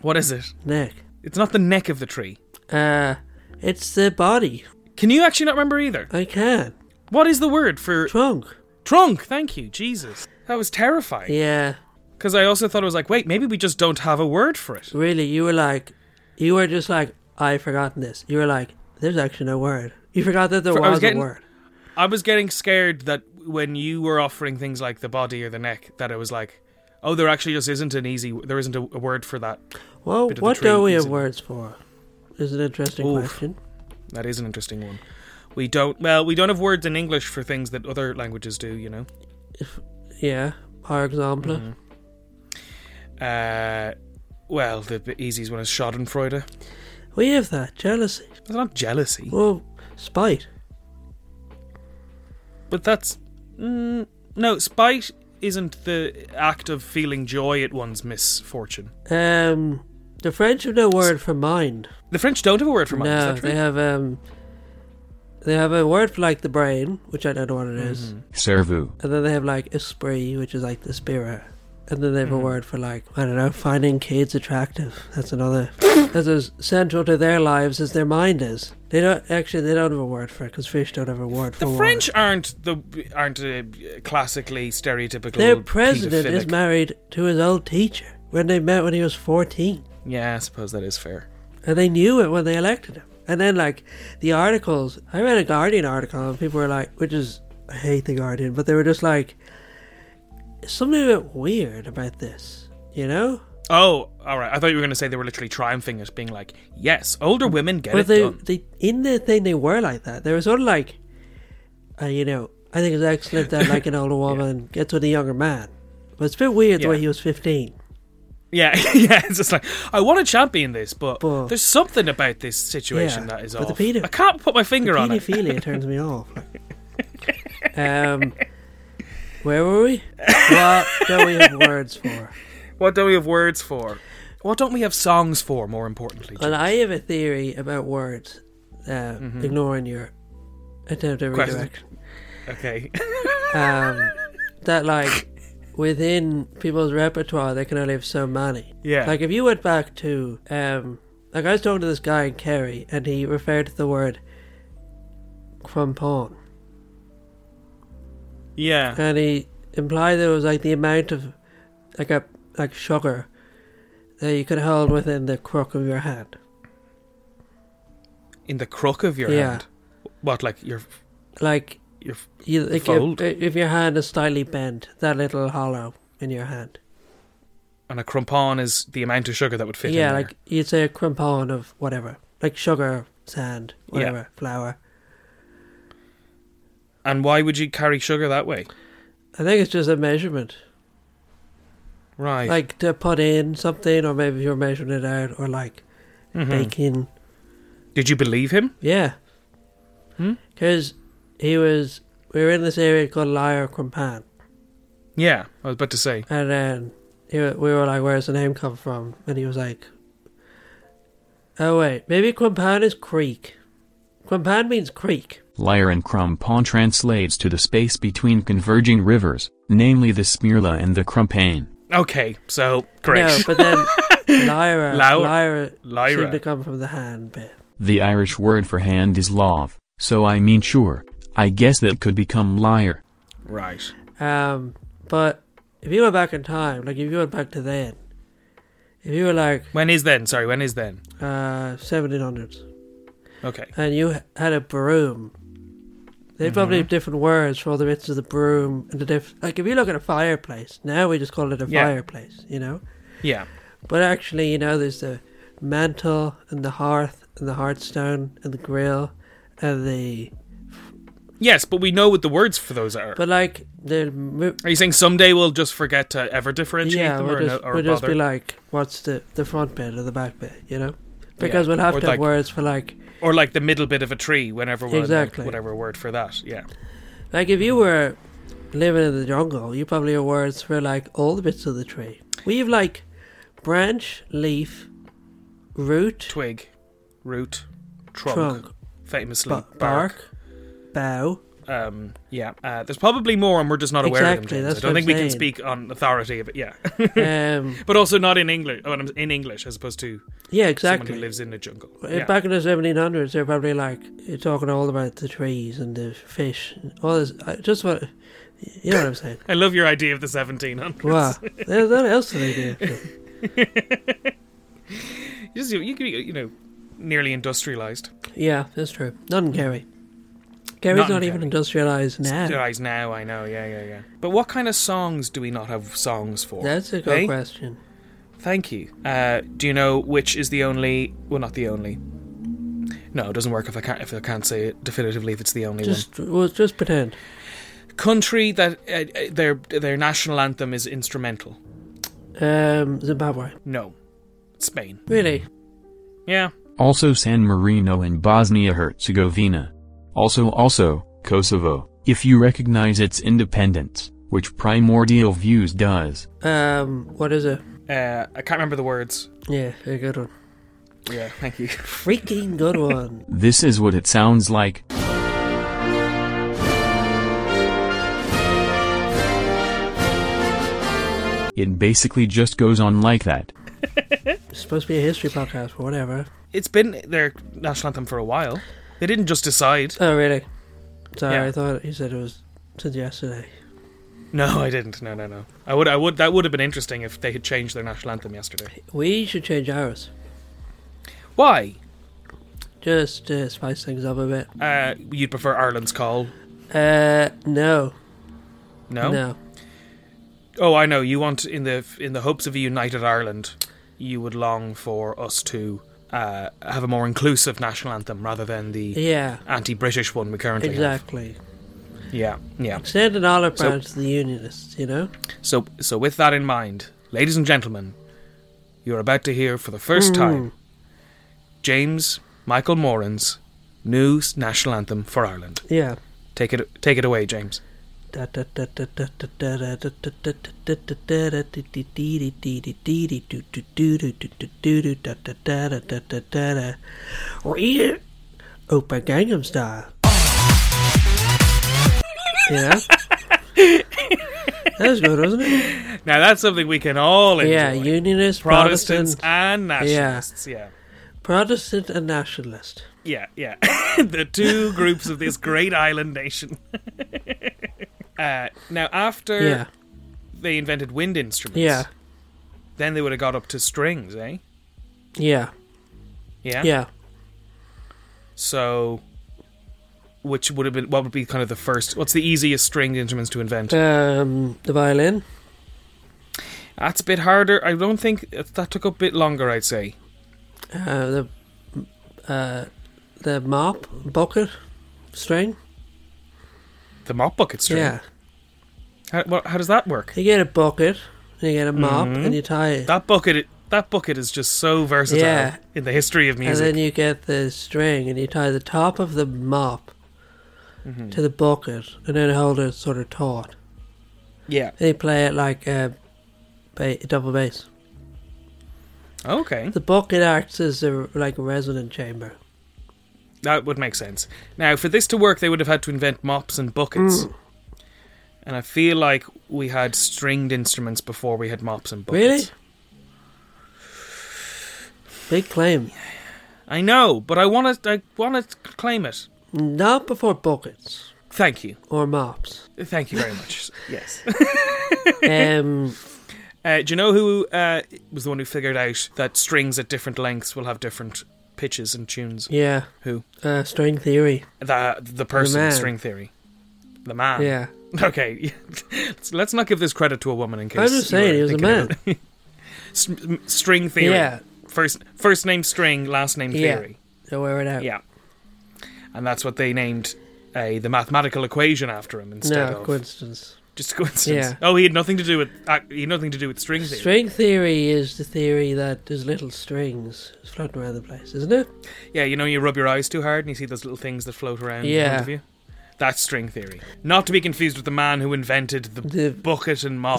Speaker 2: What is it?
Speaker 3: Neck.
Speaker 2: It's not the neck of the tree.
Speaker 3: Uh. It's the body.
Speaker 2: Can you actually not remember either?
Speaker 3: I can.
Speaker 2: What is the word for
Speaker 3: Trunk.
Speaker 2: trunk? Thank you, Jesus. That was terrifying.
Speaker 3: Yeah.
Speaker 2: Because I also thought it was like, wait, maybe we just don't have a word for it.
Speaker 3: Really. You were like. You were just like. I've forgotten this. You were like. There's actually no word. You forgot that there
Speaker 2: For- I
Speaker 3: was,
Speaker 2: was getting-
Speaker 3: a word.
Speaker 2: I was getting scared that when you were offering things like the body or the neck, that it was like, oh, there actually just isn't an easy, there isn't a, a word for that.
Speaker 3: Well,
Speaker 2: bit of the
Speaker 3: what
Speaker 2: tree
Speaker 3: do we have
Speaker 2: is in-
Speaker 3: words for? Is an interesting
Speaker 2: Oof.
Speaker 3: question.
Speaker 2: That is an interesting one. We don't, well, we don't have words in English for things that other languages do, you know?
Speaker 3: Yeah. Par example.
Speaker 2: Mm-hmm. Uh, well, the b- easiest one is schadenfreude.
Speaker 3: We have that jealousy.
Speaker 2: That's not jealousy,
Speaker 3: Well, spite.
Speaker 2: but that's, mm, no, spite isn't the act of feeling joy at one's misfortune.
Speaker 3: Um, the French have no word for mind.
Speaker 2: The French don't have a word for mine, is
Speaker 3: no,
Speaker 2: that true?
Speaker 3: they have um, they have a word for like the brain, which I don't know what it is.
Speaker 2: Mm-hmm.
Speaker 4: Servu.
Speaker 3: and then they have like esprit, which is like the spirit, and then they have
Speaker 2: Mm.
Speaker 3: a word for like I don't know, finding kids attractive. That's another. that's as central to their lives as their mind is. They don't actually they don't have a word for it because fish don't have a word for
Speaker 2: The
Speaker 3: word.
Speaker 2: French aren't the aren't uh, classically stereotypical.
Speaker 3: Their president is
Speaker 2: pedophilic-
Speaker 3: married to his old teacher when they met when he was fourteen.
Speaker 2: Yeah, I suppose that is fair.
Speaker 3: and they knew it when they elected him. And then like the articles, I read a Guardian article and people were like, which is I hate the Guardian, but they were just like, something a bit weird about this, you know?
Speaker 2: Oh, all right. I thought you were going to say they were literally triumphing at being like, "Yes, older women get
Speaker 3: But
Speaker 2: it
Speaker 3: they,
Speaker 2: done."
Speaker 3: they in their thing they were like that. They were sort of like, uh, you know, I think it's excellent that like an older woman gets with a younger man, but it's a bit weird the way
Speaker 2: Yeah.
Speaker 3: he was fifteen.
Speaker 2: Yeah, yeah. It's just like I want to champion this, but,
Speaker 3: But-
Speaker 2: there's something about this situation
Speaker 3: Yeah,
Speaker 2: that is
Speaker 3: but the
Speaker 2: off.
Speaker 3: pedo-
Speaker 2: I can't put my finger on it.
Speaker 3: Pedophilia turns me off. um, where were we? What do we have words for?
Speaker 2: What don't we have words
Speaker 3: Uh,
Speaker 2: for? What don't we have songs for? More importantly,
Speaker 3: Well, I have a theory about words uh, ignoring your attempt at
Speaker 2: Mm-hmm. Question.
Speaker 3: redirection.
Speaker 2: Okay.
Speaker 3: Um, that like within people's repertoire, they can only have so many.
Speaker 2: Yeah.
Speaker 3: Like if you went back to um, like I was talking to this guy in Kerry, and he referred to the word crumpon,
Speaker 2: yeah.
Speaker 3: and he implied there was like the amount of like a like sugar that you could hold within the crook of your hand.
Speaker 2: In the crook of your
Speaker 3: Yeah.
Speaker 2: hand. What, like your
Speaker 3: Like
Speaker 2: your
Speaker 3: you, like
Speaker 2: Fold.
Speaker 3: if, if your hand is slightly bent, that little hollow in your hand.
Speaker 2: and a crumpon is the amount of sugar that would fit in
Speaker 3: yeah,
Speaker 2: there.
Speaker 3: like you'd say a crumpon of whatever, like sugar, sand,
Speaker 2: Yeah.
Speaker 3: whatever, flour.
Speaker 2: And why would you carry sugar that way?
Speaker 3: I think it's just a measurement,
Speaker 2: Right.
Speaker 3: like to put in something, or maybe you're measuring it out, or like
Speaker 2: Mhm.
Speaker 3: baking.
Speaker 2: Did you believe him?
Speaker 3: Yeah,
Speaker 2: Hmm?
Speaker 3: because he was. We were in this area called Liar Crumpan,
Speaker 2: Yeah, I was about to say.
Speaker 3: and then he, wa- we were like, "Where's the name come from?" And he was like, "Oh wait, maybe Crumpan is creek. Crumpan means creek."
Speaker 4: Lyre and Crumpon translates to the space between converging rivers, namely the Smirla and the Crumpane.
Speaker 2: Okay, so great.
Speaker 3: No, but then Lyra,
Speaker 2: Lau-
Speaker 3: Lyra,
Speaker 2: Lyra.
Speaker 3: seemed to come from the hand bit.
Speaker 4: The Irish word for hand is love, so I mean sure, I guess that could become lyre.
Speaker 2: right.
Speaker 3: Um, but if you went back in time, like if you went back to then, if you were like
Speaker 2: When is then? Sorry, when is then?
Speaker 3: uh, 1700s
Speaker 2: Okay.
Speaker 3: and you h- had a broom, they probably have different words for all the bits of the broom and the diff. Like if you look at a fireplace, now we just call it a
Speaker 2: Yeah.
Speaker 3: fireplace, you know.
Speaker 2: Yeah.
Speaker 3: But actually, you know, there's the mantle and the hearth and the hearthstone and the grill and the
Speaker 2: Yes, but we know what the words for those are.
Speaker 3: But like the mo-
Speaker 2: are you saying someday we'll just forget to ever differentiate
Speaker 3: yeah,
Speaker 2: them
Speaker 3: we'll
Speaker 2: or,
Speaker 3: just,
Speaker 2: no, or
Speaker 3: we'll just
Speaker 2: bother?
Speaker 3: be like, what's the the front bit or the back bit, you know? Because we'll have
Speaker 2: Or
Speaker 3: to
Speaker 2: like-
Speaker 3: have words for like,
Speaker 2: or like the middle bit of a tree, whenever we'll
Speaker 3: Exactly.
Speaker 2: whatever word for that. Yeah.
Speaker 3: like if you were living in the jungle, you probably have words for like all the bits of the tree. We've like branch, leaf, root,
Speaker 2: Twig, root, trunk,
Speaker 3: trunk,
Speaker 2: famously
Speaker 3: ba-
Speaker 2: bark.
Speaker 3: bark, bough.
Speaker 2: Um, yeah. Uh, there's probably more, and we're just not aware of
Speaker 3: Exactly,
Speaker 2: them. James.
Speaker 3: that's
Speaker 2: I don't
Speaker 3: what
Speaker 2: think
Speaker 3: I'm
Speaker 2: we can
Speaker 3: saying.
Speaker 2: speak on authority, but yeah,
Speaker 3: um,
Speaker 2: but also not in English. Oh, and I'm- in English as opposed to someone who
Speaker 3: yeah, exactly.
Speaker 2: lives in the jungle.
Speaker 3: Uh,
Speaker 2: Yeah.
Speaker 3: Back in the 1700s, they're probably like you're talking all about the trees and the fish, and all this. I just what you know what I'm saying.
Speaker 2: I love your idea of the 1700s.
Speaker 3: Wow, there's nothing else that they do.
Speaker 2: You, see, you, could be, you know, nearly industrialized.
Speaker 3: Yeah, that's true. Not in Kerry. Kerry's
Speaker 2: Not
Speaker 3: not,
Speaker 2: in
Speaker 3: even
Speaker 2: Kerry.
Speaker 3: industrialized now.
Speaker 2: Industrialized now, I know. Yeah, yeah, yeah. But what kind of songs do we not have songs for?
Speaker 3: That's a good
Speaker 2: Eh?
Speaker 3: question.
Speaker 2: Thank you. Uh, do you know which is the only? Well, not the only. No, it doesn't work if I can't if I can't say it definitively if it's the only
Speaker 3: Just well, just pretend.
Speaker 2: one. Country that uh, uh, their their national anthem is instrumental.
Speaker 3: Um, Zimbabwe.
Speaker 2: No, Spain.
Speaker 3: Really?
Speaker 2: Yeah,
Speaker 4: Also San Marino and Bosnia-Herzegovina. Also also, Kosovo, if you recognize its independence, which Primordial Views does.
Speaker 3: Um, what is it?
Speaker 2: uh, I can't remember the words.
Speaker 3: Yeah, a good one.
Speaker 2: Yeah, thank you.
Speaker 3: Freaking good one.
Speaker 4: This is what it sounds like. It basically just goes on like that.
Speaker 3: It's supposed to be a history podcast, but whatever.
Speaker 2: It's been their national anthem for a while. They didn't just decide.
Speaker 3: Oh, really? Sorry,
Speaker 2: Yeah.
Speaker 3: I thought you said it was since yesterday.
Speaker 2: No, I didn't. No, no, no. I would, I would. That would have been interesting if they had changed their national anthem yesterday.
Speaker 3: We should change ours.
Speaker 2: Why?
Speaker 3: Just to spice things up a bit.
Speaker 2: Uh, you'd prefer Ireland's call?
Speaker 3: Uh, no.
Speaker 2: No.
Speaker 3: No.
Speaker 2: Oh, I know. You want in the in the hopes of a united Ireland, you would long for us to uh, have a more inclusive national anthem rather than the
Speaker 3: Yeah,
Speaker 2: anti-British one we currently
Speaker 3: exactly.
Speaker 2: have. Yeah, yeah.
Speaker 3: Send an olive
Speaker 2: So-
Speaker 3: branch to the Unionists, you know?
Speaker 2: So, so with that in mind, ladies and gentlemen, you're about to hear for the first time James Michael Moran's new s- national anthem for Ireland.
Speaker 3: Yeah.
Speaker 2: Take it, take it away, James.
Speaker 3: Oh, Read it Opa Gangnam Style. Yeah. that was good, wasn't it?
Speaker 2: Now that's something we can all enjoy.
Speaker 3: Yeah, Unionist,
Speaker 2: Protestants
Speaker 3: Protestant,
Speaker 2: and nationalists. Yeah.
Speaker 3: Protestant and Nationalist.
Speaker 2: Yeah, yeah. the two groups of this great island nation. uh, now, after
Speaker 3: Yeah,
Speaker 2: they invented wind instruments,
Speaker 3: yeah,
Speaker 2: then they would have got up to strings, eh?
Speaker 3: yeah,
Speaker 2: Yeah.
Speaker 3: yeah.
Speaker 2: So, which would have been what would be kind of the first? What's the easiest stringed instruments to invent?
Speaker 3: Um, the violin.
Speaker 2: That's a bit harder. I don't think uh, that took a bit longer. I'd say.
Speaker 3: Uh, the uh, the mop bucket string.
Speaker 2: The mop bucket string.
Speaker 3: Yeah,
Speaker 2: How, well, how does that work?
Speaker 3: you get a bucket, and you get a mop,
Speaker 2: Mm-hmm.
Speaker 3: and you tie it,
Speaker 2: That bucket. That bucket is just so versatile
Speaker 3: Yeah.
Speaker 2: in the history of
Speaker 3: and
Speaker 2: music.
Speaker 3: then you get the string, and you tie the top of the mop
Speaker 2: Mm-hmm.
Speaker 3: to the bucket, and then hold it sort of taut.
Speaker 2: yeah.
Speaker 3: And you play it like a ba- double bass.
Speaker 2: Okay.
Speaker 3: The bucket acts as a like a resonant chamber.
Speaker 2: That would make sense. Now, for this to work, they would have had to invent mops and buckets.
Speaker 3: Mm.
Speaker 2: And I feel like we had stringed instruments before we had mops and buckets.
Speaker 3: Really? Big claim.
Speaker 2: I know, but I want to. I want to claim it.
Speaker 3: Not before buckets
Speaker 2: Thank you.
Speaker 3: or mops.
Speaker 2: Thank you very much. yes.
Speaker 3: Um,
Speaker 2: Uh, do you know who uh, was the one who figured out that strings at different lengths will have different pitches and tunes?
Speaker 3: yeah.
Speaker 2: Who?
Speaker 3: Uh, string theory.
Speaker 2: The the person
Speaker 3: man.
Speaker 2: string theory. The man.
Speaker 3: Yeah.
Speaker 2: Okay. let's, let's not give this credit to a woman in case.
Speaker 3: I was just
Speaker 2: you were
Speaker 3: saying, he was a
Speaker 2: thinking
Speaker 3: man.
Speaker 2: about S- m- string theory.
Speaker 3: Yeah.
Speaker 2: First first name string, last name
Speaker 3: Yeah.
Speaker 2: theory.
Speaker 3: They'll wear it out.
Speaker 2: Yeah. And that's what they named uh, the mathematical equation after him instead
Speaker 3: No
Speaker 2: of
Speaker 3: coincidence.
Speaker 2: just a coincidence.
Speaker 3: Yeah.
Speaker 2: Oh, he had nothing to do with uh, he had nothing to do with string theory.
Speaker 3: String theory is the theory that there's little strings floating around the place, isn't it?
Speaker 2: Yeah, you know you rub your eyes too hard and you see those little things that float around in
Speaker 3: Yeah.
Speaker 2: front of you. That's string theory. Not to be confused with the man who invented the,
Speaker 3: The
Speaker 2: bucket and mop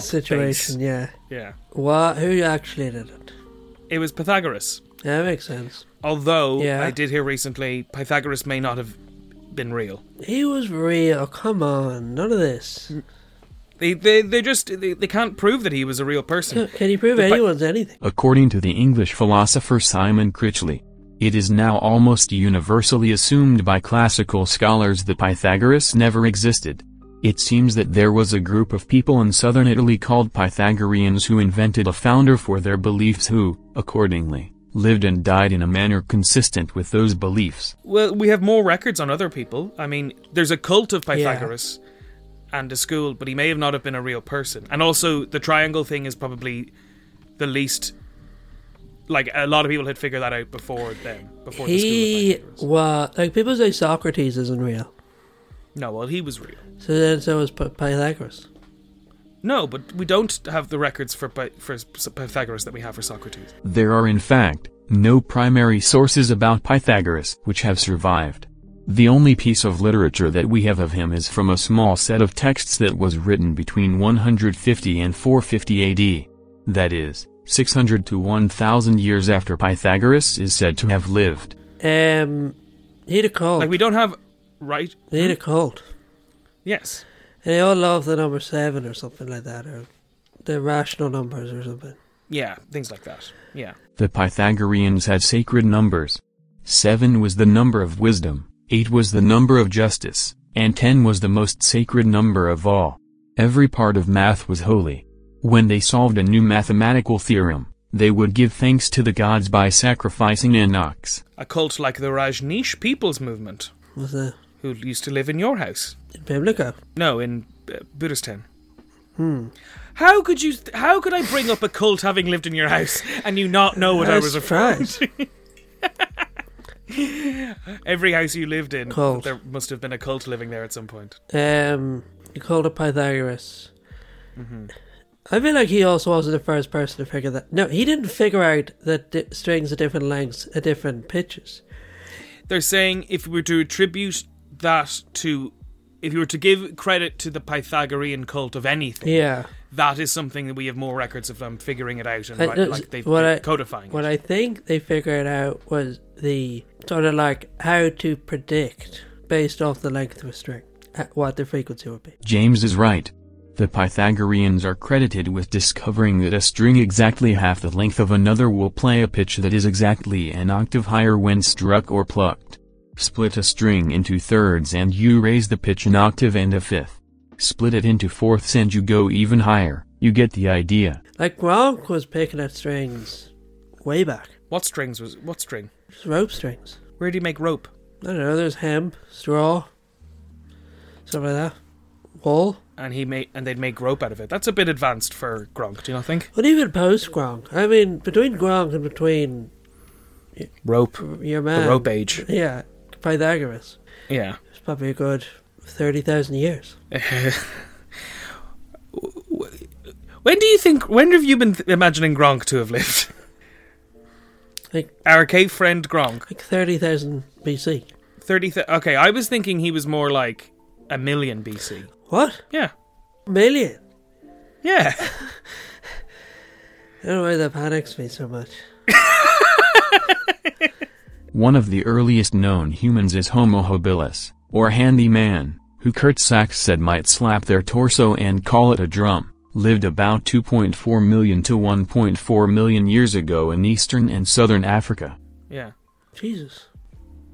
Speaker 2: base.
Speaker 3: Situation. Yeah.
Speaker 2: Yeah.
Speaker 3: What? Who actually did it?
Speaker 2: It was Pythagoras.
Speaker 3: That makes sense.
Speaker 2: Although
Speaker 3: Yeah.
Speaker 2: I did hear recently Pythagoras may not have been real.
Speaker 3: He was real. oh, Come on. None of this.
Speaker 2: They they they just they, they can't prove that he was a real person.
Speaker 3: Can you prove
Speaker 2: But-
Speaker 3: anyone's anything?
Speaker 4: According to the English philosopher Simon Critchley, it is now almost universally assumed by classical scholars that Pythagoras never existed. It seems that there was a group of people in southern Italy called Pythagoreans who invented a founder for their beliefs who, accordingly, lived and died in a manner consistent with those beliefs.
Speaker 2: Well, we have more records on other people. I mean, there's a cult of Pythagoras and a school, but he may have not have been a real person. And also, the triangle thing is probably the least. Like a lot of people had figured that out before then. Before the
Speaker 3: He
Speaker 2: school of Pythagoras.
Speaker 3: was like people say Socrates isn't real.
Speaker 2: No, well, he was real.
Speaker 3: So then so was Py- Pythagoras.
Speaker 2: No, but we don't have the records for Py- for Pythagoras that we have for Socrates.
Speaker 4: There are in fact, no primary sources about Pythagoras which have survived. The only piece of literature that we have of him is from a small set of texts that was written between 150 and 450 AD. That is, 600 to 1000 years after Pythagoras is said to have lived.
Speaker 3: Um, he had a cult.
Speaker 2: Like we don't Hmm? have right.
Speaker 3: he had a cult,
Speaker 2: Yes.
Speaker 3: and they all love the number seven or something like that, or the rational numbers or something.
Speaker 2: Yeah. Things like that. Yeah.
Speaker 4: The Pythagoreans had sacred numbers. Seven was the number of wisdom, eight was the number of justice, and ten was the most sacred number of all. Every part of math was holy. When they solved a new mathematical theorem, they would give thanks to the gods by sacrificing an ox.
Speaker 2: A cult like the Rajneesh People's Movement,
Speaker 3: Was it
Speaker 2: who used to live in your house.
Speaker 3: in Pimlico?
Speaker 2: No, in uh, Buddhistan. Hmm. How could you? How could I bring up a cult having lived in your house and you not know what Oh, I was referring?
Speaker 3: surprised.
Speaker 2: Every house you lived in,
Speaker 3: Cult.
Speaker 2: there must have been a cult living there at some point.
Speaker 3: um, he called it Pythagoras.
Speaker 2: Mm-hmm.
Speaker 3: I feel like he also wasn't the first person to figure that. No, he didn't figure out that di- strings at different lengths at different pitches.
Speaker 2: They're saying if we were to attribute that to if you were to give credit to the Pythagorean cult of anything,
Speaker 3: Yeah.
Speaker 2: that is something that we have more records of them figuring it out and
Speaker 3: I-
Speaker 2: like,
Speaker 3: no,
Speaker 2: like they've
Speaker 3: Uh, what
Speaker 2: they're
Speaker 3: I-
Speaker 2: codifying
Speaker 3: What
Speaker 2: it.
Speaker 3: I think they figured out was the sort of like how to predict based off the length of a string uh, what the frequency would be.
Speaker 4: James is right. The Pythagoreans are credited with discovering that a string exactly half the length of another will play a pitch that is exactly an octave higher when struck or plucked. Split a string into thirds and you raise the pitch an octave and a fifth. Split it into fourths and you go even higher. You get the idea.
Speaker 3: Like Gronk was picking at strings way back,
Speaker 2: What strings was what string?
Speaker 3: Just rope strings.
Speaker 2: Where do you make rope?
Speaker 3: I don't know. There's hemp, straw, stuff like that, wool.
Speaker 2: And he made and they'd make rope out of it. That's a bit advanced for Gronk, do you not think?
Speaker 3: But even post Gronk, I mean, between Gronk and between
Speaker 2: Rope.
Speaker 3: your man,
Speaker 2: The rope age.
Speaker 3: yeah, Pythagoras,
Speaker 2: Uh, Yeah.
Speaker 3: it's probably a good thirty thousand years.
Speaker 2: When do you think? When have you been th- imagining Gronk to have lived?
Speaker 3: Like-
Speaker 2: our cave friend Gronk,
Speaker 3: Like thirty thousand BC.
Speaker 2: thirty. Th- okay, I was thinking he was more like a million BC.
Speaker 3: What
Speaker 2: Yeah,
Speaker 3: million?
Speaker 2: yeah.
Speaker 3: I don't know why that panics me so much.
Speaker 4: One of the earliest known humans is Homo habilis, or handyman, who Kurt Sachs said might slap their torso and call it a drum, lived about 2.4 million to 1.4 million years ago in eastern and southern Africa.
Speaker 2: yeah.
Speaker 3: Jesus.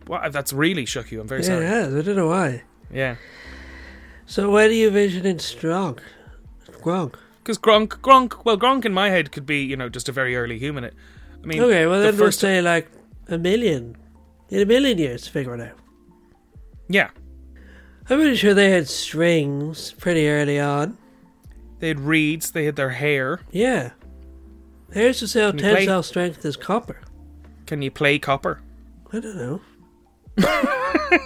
Speaker 2: Wow, that's really shook you. I'm very
Speaker 3: Yeah,
Speaker 2: sorry.
Speaker 3: it has. I don't know why.
Speaker 2: Yeah,
Speaker 3: So why do you vision in strong? Gronk.
Speaker 2: because Gronk, Gronk. Well, Gronk in my head could be, you know, just a very early human. It. I mean,
Speaker 3: Okay, well
Speaker 2: the
Speaker 3: then we we'll
Speaker 2: first.
Speaker 3: say like a million. In a million years to figure it out.
Speaker 2: yeah,
Speaker 3: I'm pretty sure they had strings pretty early on.
Speaker 2: they had reeds. They had their hair.
Speaker 3: Yeah. Here's to say how
Speaker 2: Can you play?
Speaker 3: tensile strength is copper.
Speaker 2: Can you play copper?
Speaker 3: I don't know. I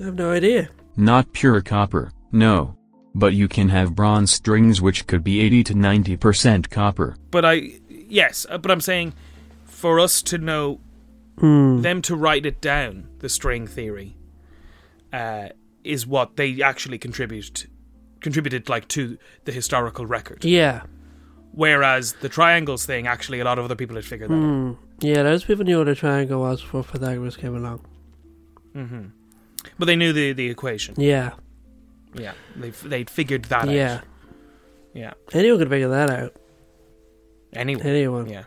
Speaker 3: have no idea.
Speaker 4: Not pure copper, no. But you can have bronze strings which could be 80 to 90% copper.
Speaker 2: But I, yes, uh, but I'm saying, for us to know,
Speaker 3: Hmm.
Speaker 2: them to write it down, the string theory, uh, is what they actually contribute, contributed like to the historical record.
Speaker 3: Yeah.
Speaker 2: Whereas the triangles thing, actually, a lot of other people had figured that
Speaker 3: Hmm.
Speaker 2: out.
Speaker 3: Yeah, those people knew what a triangle was before Pythagoras came along.
Speaker 2: But they knew the the equation.
Speaker 3: Yeah.
Speaker 2: Yeah, they they'd figured that
Speaker 3: Yeah.
Speaker 2: out. Yeah,
Speaker 3: Anyone could figure that out.
Speaker 2: anyone.
Speaker 3: Anyone.
Speaker 2: Yeah,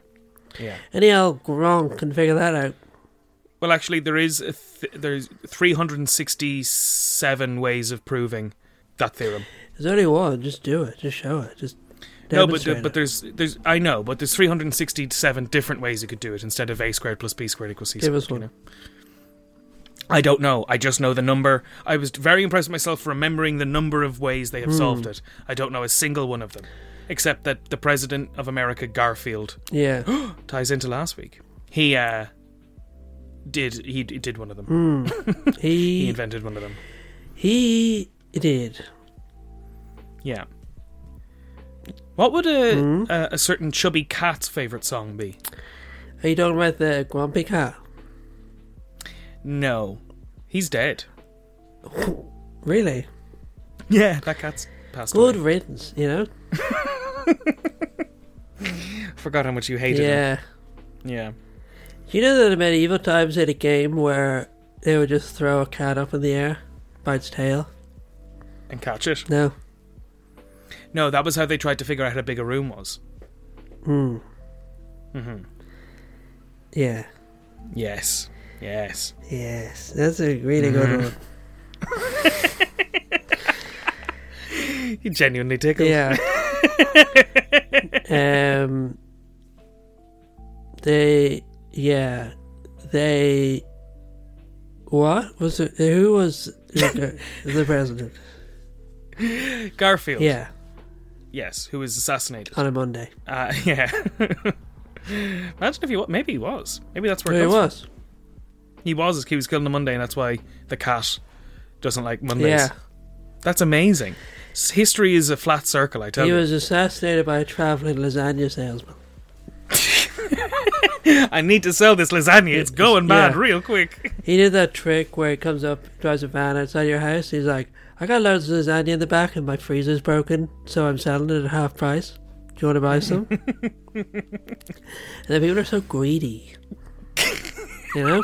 Speaker 2: yeah.
Speaker 3: Any old Gronk can figure that out.
Speaker 2: Well, actually, there is a th- there's 367 ways of proving that theorem.
Speaker 3: There's only one. Just do it. Just show it. Just
Speaker 2: No, but
Speaker 3: demonstrate
Speaker 2: but
Speaker 3: it.
Speaker 2: there's there's I know, but there's 367 different ways you could do it instead of a squared plus b squared equals c
Speaker 3: Give
Speaker 2: squared.
Speaker 3: us
Speaker 2: you
Speaker 3: one.
Speaker 2: know. I don't know. I just know the number. I was very impressed with myself for remembering the number of ways they have
Speaker 3: Hmm.
Speaker 2: solved it. I don't know a single one of them, except that the president of America, Garfield,
Speaker 3: Yeah.
Speaker 2: ties into last week. He uh did he d- did one of them.
Speaker 3: Hmm.
Speaker 2: He
Speaker 3: he
Speaker 2: invented one of them.
Speaker 3: he did.
Speaker 2: Yeah. What would a
Speaker 3: Hmm.
Speaker 2: a, a certain chubby cat's favorite song be?
Speaker 3: Are you talking about the grumpy cat?
Speaker 2: No, he's dead.
Speaker 3: Really?
Speaker 2: Yeah, that cat's passed
Speaker 3: Good
Speaker 2: away.
Speaker 3: riddance, you know?
Speaker 2: Forgot how much you hated him.
Speaker 3: Yeah.
Speaker 2: Yeah.
Speaker 3: Do you know that in medieval times they had a game where they would just throw a cat up in the air by its tail?
Speaker 2: And catch it.
Speaker 3: No.
Speaker 2: No, that was how they tried to figure out how big a room was.
Speaker 3: Yeah.
Speaker 2: Yes. Yes.
Speaker 3: Yes. That's a really good one.
Speaker 2: He genuinely tickled.
Speaker 3: Yeah. um. They. Yeah. They. What was it? Who was the the president?
Speaker 2: Garfield.
Speaker 3: Yeah,
Speaker 2: Yes, who was assassinated.
Speaker 3: on a Monday.
Speaker 2: Uh, yeah. Imagine if he was. Maybe he was. Maybe that's where
Speaker 3: Who it
Speaker 2: comes
Speaker 3: was?
Speaker 2: from. He was. He was killed on a Monday, and that's why the cat doesn't like Mondays.
Speaker 3: Yeah,
Speaker 2: That's amazing. S- History is a flat circle, I tell
Speaker 3: he
Speaker 2: you.
Speaker 3: was assassinated by a traveling lasagna salesman.
Speaker 2: I need to sell this lasagna. It's going bad
Speaker 3: yeah.
Speaker 2: real quick.
Speaker 3: He did that trick where he comes up, drives a van outside your house. He's like, I got loads of lasagna in the back and my freezer's broken, so I'm selling it at half price. Do you want to buy some? and then people are so greedy. You know?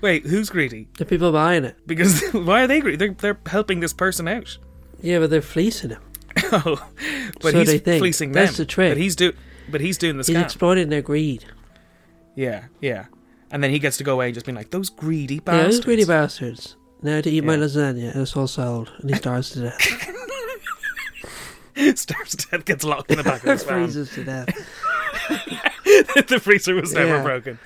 Speaker 2: Wait, who's greedy?
Speaker 3: The people buying it.
Speaker 2: Because why are they greedy? They're, they're helping this person out.
Speaker 3: Yeah, but they're fleecing him.
Speaker 2: Oh, but
Speaker 3: So
Speaker 2: he's
Speaker 3: they think.
Speaker 2: fleecing them.
Speaker 3: That's the trick.
Speaker 2: But he's do. But he's doing the
Speaker 3: He's
Speaker 2: scam.
Speaker 3: exploiting their greed.
Speaker 2: yeah, yeah. And then he gets to go away and just being like those greedy
Speaker 3: Yeah,
Speaker 2: bastards.
Speaker 3: those greedy bastards. Now to eat my
Speaker 2: Yeah.
Speaker 3: lasagna, and it's all sold, and he starves to death.
Speaker 2: Starves to death gets locked in the back of his van.
Speaker 3: freezes to death.
Speaker 2: the freezer was never
Speaker 3: Yeah.
Speaker 2: broken.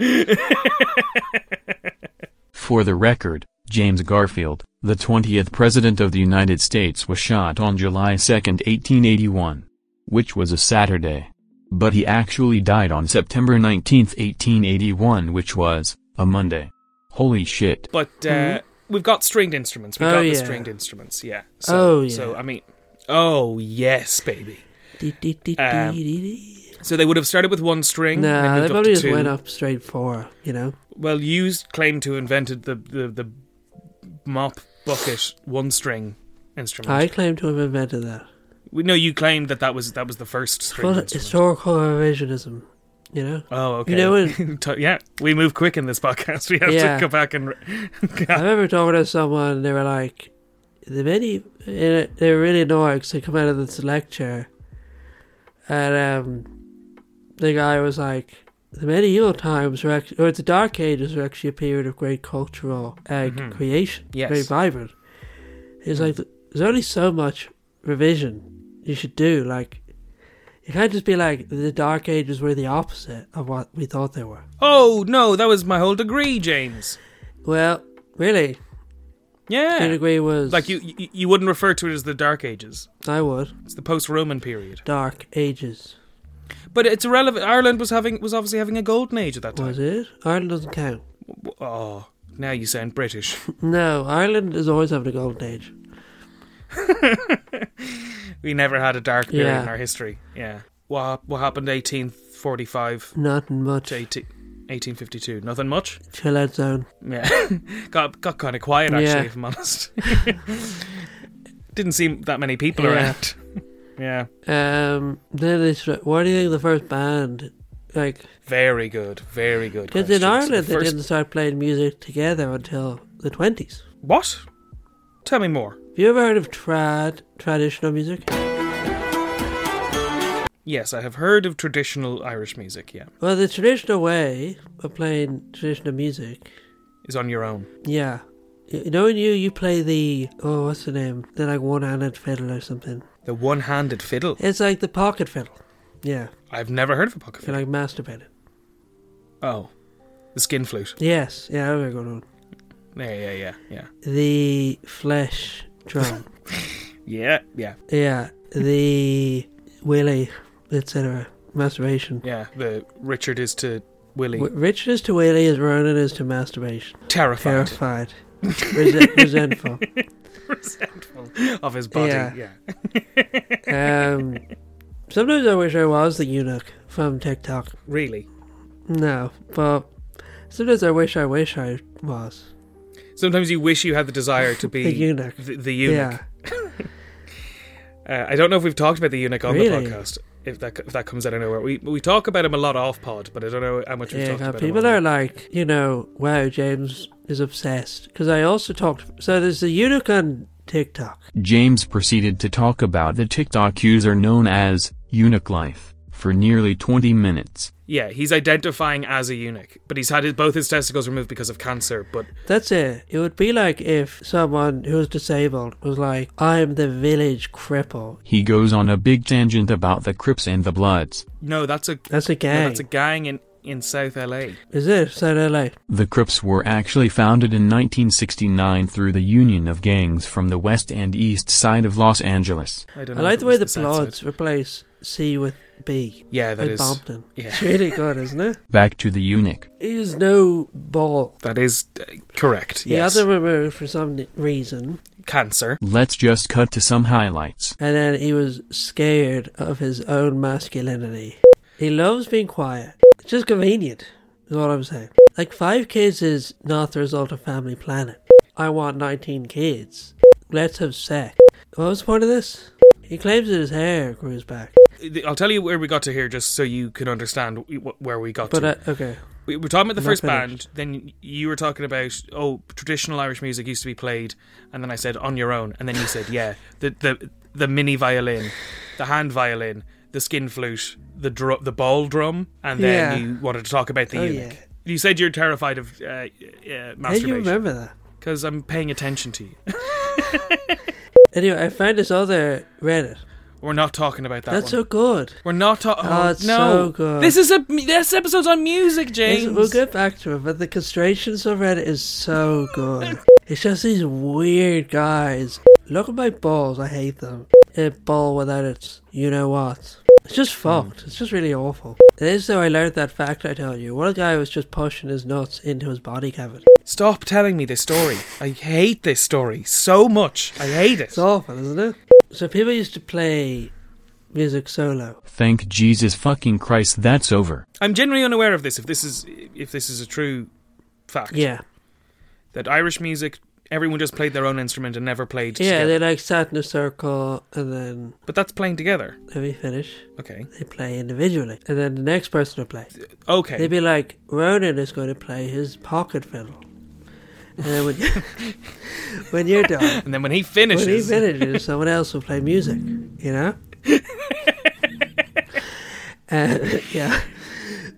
Speaker 4: For the record, James Garfield, the 20th President of the United States was shot on July 2, 1881. Which was a Saturday. But he actually died on September 19, 1881 which was, a Monday. Holy shit.
Speaker 2: But uh, we've got stringed instruments. We've
Speaker 3: Mm-hmm. Oh,
Speaker 2: got the
Speaker 3: yeah.
Speaker 2: stringed instruments. Yeah. So,
Speaker 3: Oh, yeah.
Speaker 2: So I mean, oh yes, baby.
Speaker 3: Dee, dee, dee,
Speaker 2: Um,
Speaker 3: dee, dee, dee.
Speaker 2: So they would have started with one string. and then
Speaker 3: Nah,
Speaker 2: moved
Speaker 3: they
Speaker 2: up to
Speaker 3: probably just
Speaker 2: two.
Speaker 3: went up straight for you know.
Speaker 2: Well, you claim to have invented the the, the mop bucket one string instrument.
Speaker 3: I claim to have invented that.
Speaker 2: We, no, you claimed that that was that was the first string
Speaker 3: Well,
Speaker 2: instrument.
Speaker 3: historical revisionism, you know.
Speaker 2: Oh, okay.
Speaker 3: You know when-
Speaker 2: To- yeah, we move quick in this podcast. We have
Speaker 3: Yeah.
Speaker 2: to go back and.
Speaker 3: I remember talking to someone, and they were like, the many, they were really annoyed 'cause they come out of this lecture, and um, the guy was like, the medieval times were actually, or the dark ages were actually a period of great cultural uh, creation,
Speaker 2: Yes.
Speaker 3: very vibrant. He was like, there's only so much revision you should do, like, you can't just be like, the dark ages were the opposite of what we thought they were.
Speaker 2: oh no, that was my whole degree, James.
Speaker 3: Well, really, your
Speaker 2: Yeah,
Speaker 3: degree was
Speaker 2: like you, you, you wouldn't refer to it as the Dark Ages.
Speaker 3: I would.
Speaker 2: It's the post-Roman period.
Speaker 3: Dark Ages.
Speaker 2: But it's irrelevant. Ireland was having was obviously having a golden age at that time.
Speaker 3: Was it? Ireland doesn't count.
Speaker 2: Oh, now you sound British.
Speaker 3: No, Ireland is always having a golden age.
Speaker 2: we never had a dark period in
Speaker 3: Yeah.
Speaker 2: our history. Yeah. What what happened 1845
Speaker 3: Not much.
Speaker 2: to 18, 1852? Nothing much.
Speaker 3: Chill out zone.
Speaker 2: Yeah, got got kind of quiet actually,
Speaker 3: Yeah.
Speaker 2: if I'm honest. Didn't seem that many people
Speaker 3: Yeah.
Speaker 2: around. yeah,
Speaker 3: Um, then they sort of- why do you think the first band, like,
Speaker 2: very good, very good.
Speaker 3: because in
Speaker 2: questions.
Speaker 3: Ireland
Speaker 2: The
Speaker 3: they
Speaker 2: first-
Speaker 3: didn't start playing music together until the 20s.
Speaker 2: What? Tell me more.
Speaker 3: Have you ever heard of trad, traditional music?
Speaker 2: Yes, I have heard of traditional Irish music. Yeah,
Speaker 3: Well, the traditional way of playing traditional music,
Speaker 2: is on your own.
Speaker 3: yeah. You know when you, you play the, oh, what's the name? The, like, one-handed fiddle or something.
Speaker 2: The one-handed fiddle.
Speaker 3: It's like the pocket fiddle. Yeah.
Speaker 2: I've never heard of a pocket
Speaker 3: You're
Speaker 2: fiddle.
Speaker 3: like masturbating.
Speaker 2: Oh, the skin flute.
Speaker 3: Yes, yeah, we're going on.
Speaker 2: Yeah, yeah, yeah, yeah,
Speaker 3: The flesh drum.
Speaker 2: yeah, yeah,
Speaker 3: yeah, the willy, etc. Masturbation.
Speaker 2: yeah. The Richard is to Willie
Speaker 3: W- Richard is to willy as Ronan is to masturbation.
Speaker 2: terrified
Speaker 3: Terrified. Rese- resentful.
Speaker 2: of his body.
Speaker 3: Yeah.
Speaker 2: yeah.
Speaker 3: Um, sometimes I wish I was the eunuch from TikTok.
Speaker 2: really.
Speaker 3: No, but sometimes I wish I wish I was
Speaker 2: Sometimes you wish you had the desire to be
Speaker 3: the eunuch.
Speaker 2: The, the eunuch. Uh, I don't know if we've talked about the eunuch on
Speaker 3: Really?
Speaker 2: the podcast. If that if that comes out of nowhere, we we talk about him a lot off pod, but I don't know how much we've
Speaker 3: Yeah,
Speaker 2: talked
Speaker 3: God,
Speaker 2: about
Speaker 3: people
Speaker 2: him. on
Speaker 3: are
Speaker 2: here.
Speaker 3: like, you know, wow, James is obsessed. Because I also talked. So there's the eunuch on TikTok.
Speaker 4: James proceeded to talk about the TikTok user known as Eunuch Life for nearly 20 minutes.
Speaker 2: yeah, he's identifying as a eunuch, but he's had his, both his testicles removed because of cancer. But
Speaker 3: That's it. It would be like if someone who was disabled was like, I'm the village cripple.
Speaker 4: He goes on a big tangent about the Crips and the Bloods.
Speaker 2: no, that's a
Speaker 3: That's a
Speaker 2: no,
Speaker 3: gang.
Speaker 2: that's a gang in in South LA.
Speaker 3: Is it? So LA.
Speaker 4: The Crips were actually founded in 1969 through the union of gangs from the west and east side of Los Angeles.
Speaker 2: I don't.
Speaker 3: I
Speaker 2: know
Speaker 3: like
Speaker 2: if it
Speaker 3: the way
Speaker 2: was
Speaker 3: the
Speaker 2: South Side.
Speaker 3: plots replace C with B.
Speaker 2: Yeah, that
Speaker 3: Like
Speaker 2: is
Speaker 3: Bompton.
Speaker 2: yeah.
Speaker 3: It's really good, isn't it?
Speaker 4: Back to the eunuch.
Speaker 3: He has no ball.
Speaker 2: That is uh, correct.
Speaker 3: He
Speaker 2: Yes,
Speaker 3: has them removed for some reason,
Speaker 2: cancer.
Speaker 4: Let's just cut to some highlights.
Speaker 3: and then he was scared of his own masculinity. He loves being quiet. It's just convenient, is all I'm saying. Like, five kids is not the result of family planning. I want 19 kids. Let's have sex. What was the point of this? He claims that his hair grows back.
Speaker 2: I'll tell you where we got to here, just so you can understand wh- where we got
Speaker 3: But,
Speaker 2: to.
Speaker 3: uh, okay.
Speaker 2: We were talking about the
Speaker 3: I'm not
Speaker 2: first band,
Speaker 3: finished.
Speaker 2: then you were talking about oh, traditional Irish music used to be played, and then I said on your own, and then you said yeah, the the the mini violin, the hand violin, the skin flute, the dru- the ball drum, and then
Speaker 3: Yeah.
Speaker 2: you wanted to talk about the
Speaker 3: Oh,
Speaker 2: eunuch.
Speaker 3: yeah.
Speaker 2: You said you're terrified of uh, uh, masturbation.
Speaker 3: How do you remember that?
Speaker 2: Because I'm paying attention to you.
Speaker 3: Anyway, I found this other Reddit.
Speaker 2: We're not talking about that.
Speaker 3: That's
Speaker 2: one.
Speaker 3: so good.
Speaker 2: We're not talking.
Speaker 3: Oh, it's
Speaker 2: no.
Speaker 3: so good.
Speaker 2: This is a this episode's on music,
Speaker 3: Yes,
Speaker 2: James.
Speaker 3: We'll get back to it, but the constraints of Reddit is so good. it's just these weird guys. Look at my balls, I hate them. A ball without its you know what. It's just fucked. It's just really awful. It is though I learned that fact I told you. One guy was just pushing his nuts into his body cavity.
Speaker 2: Stop telling me this story. I hate this story so much. I hate it.
Speaker 3: It's awful, isn't it? So people used to play music solo.
Speaker 4: Thank Jesus fucking Christ that's over.
Speaker 2: I'm generally unaware of this. If this is if this is a true fact,
Speaker 3: Yeah.
Speaker 2: that Irish music, everyone just played their own instrument and never played.
Speaker 3: Yeah,
Speaker 2: together.
Speaker 3: they like sat in a circle and then
Speaker 2: but that's playing together.
Speaker 3: let me finish.
Speaker 2: Okay,
Speaker 3: They play individually. And then the next person will play.
Speaker 2: okay.
Speaker 3: They'd be like, Ronan is going to play his pocket fiddle. And then when, when you're done,
Speaker 2: and then when he finishes,
Speaker 3: when he finishes, someone else will play music, you know? uh, yeah.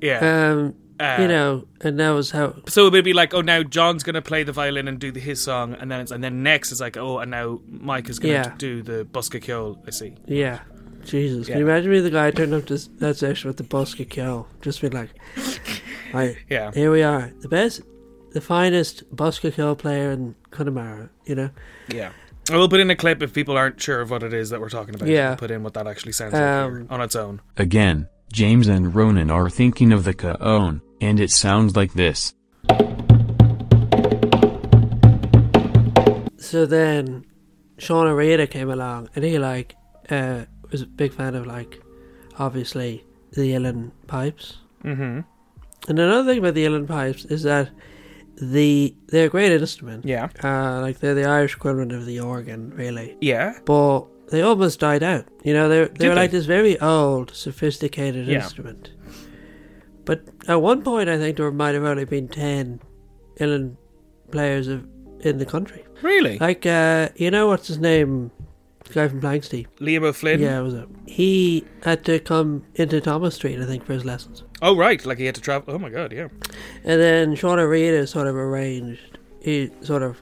Speaker 2: yeah.
Speaker 3: Um,
Speaker 2: Uh,
Speaker 3: you know, and that was how.
Speaker 2: so it would be like, oh, now John's gonna play the violin and do the, his song, and then it's, and then next it's like, oh, and now Mike is gonna
Speaker 3: Yeah.
Speaker 2: do the Bosca Kiol. I see.
Speaker 3: Yeah. Jesus. Can you
Speaker 2: Yeah.
Speaker 3: imagine me, the guy turned up to s- that session with the Bosca Kill? Just be like, right,
Speaker 2: Yeah.
Speaker 3: here we are. The best, the finest Bosca Kill player in Connemara, you know?
Speaker 2: Yeah. I will put in a clip if people aren't sure of what it is that we're talking about.
Speaker 3: Yeah.
Speaker 2: I'll put in what that actually sounds like here
Speaker 3: Um,
Speaker 2: on its own.
Speaker 4: Again, James and Ronan are thinking of the cajon, and it sounds like this.
Speaker 3: so then Sean O'Reilly came along and he like uh, was a big fan of like obviously the Ellen pipes.
Speaker 2: Mm-hmm.
Speaker 3: And another thing about the Ellen pipes is that the they're a great instrument.
Speaker 2: Yeah.
Speaker 3: Uh, like they're the Irish equivalent of the organ, really.
Speaker 2: Yeah.
Speaker 3: But they almost died out. You know, they're
Speaker 2: Did
Speaker 3: they're like
Speaker 2: they?
Speaker 3: this very old, sophisticated
Speaker 2: Yeah.
Speaker 3: instrument. But at one point, I think there might have only been ten Ellen players of, in the country.
Speaker 2: Really?
Speaker 3: Like, uh, you know what's his name? The guy from Blankstein.
Speaker 2: Liam O'Flynn?
Speaker 3: Yeah, was it? He had to come into Thomas Street, I think, for his lessons.
Speaker 2: Oh, right. Like he had to travel. Oh, my God. Yeah.
Speaker 3: And then Sean O'Reilly sort of arranged, he sort of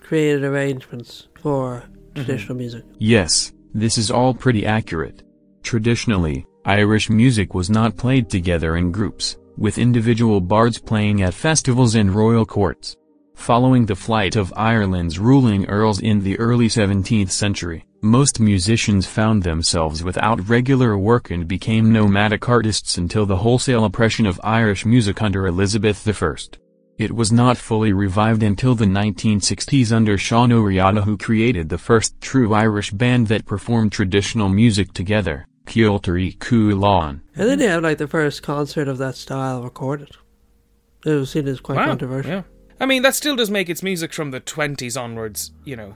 Speaker 3: created arrangements for
Speaker 2: Mm-hmm.
Speaker 3: traditional music.
Speaker 4: Yes, this is all pretty accurate. Traditionally, Irish music was not played together in groups, with individual bards playing at festivals and royal courts. Following the flight of Ireland's ruling earls in the early 17th century, most musicians found themselves without regular work and became nomadic artists until the wholesale oppression of Irish music under Elizabeth I. It was not fully revived until the 1960s under Sean O'Riordan who created the first true Irish band that performed traditional music together, Kiltary Coulon.
Speaker 3: And then they had like the first concert of that style recorded. It was seen as quite
Speaker 2: wow.
Speaker 3: controversial.
Speaker 2: Yeah. I mean, that still does make its music from the 20s onwards, you know.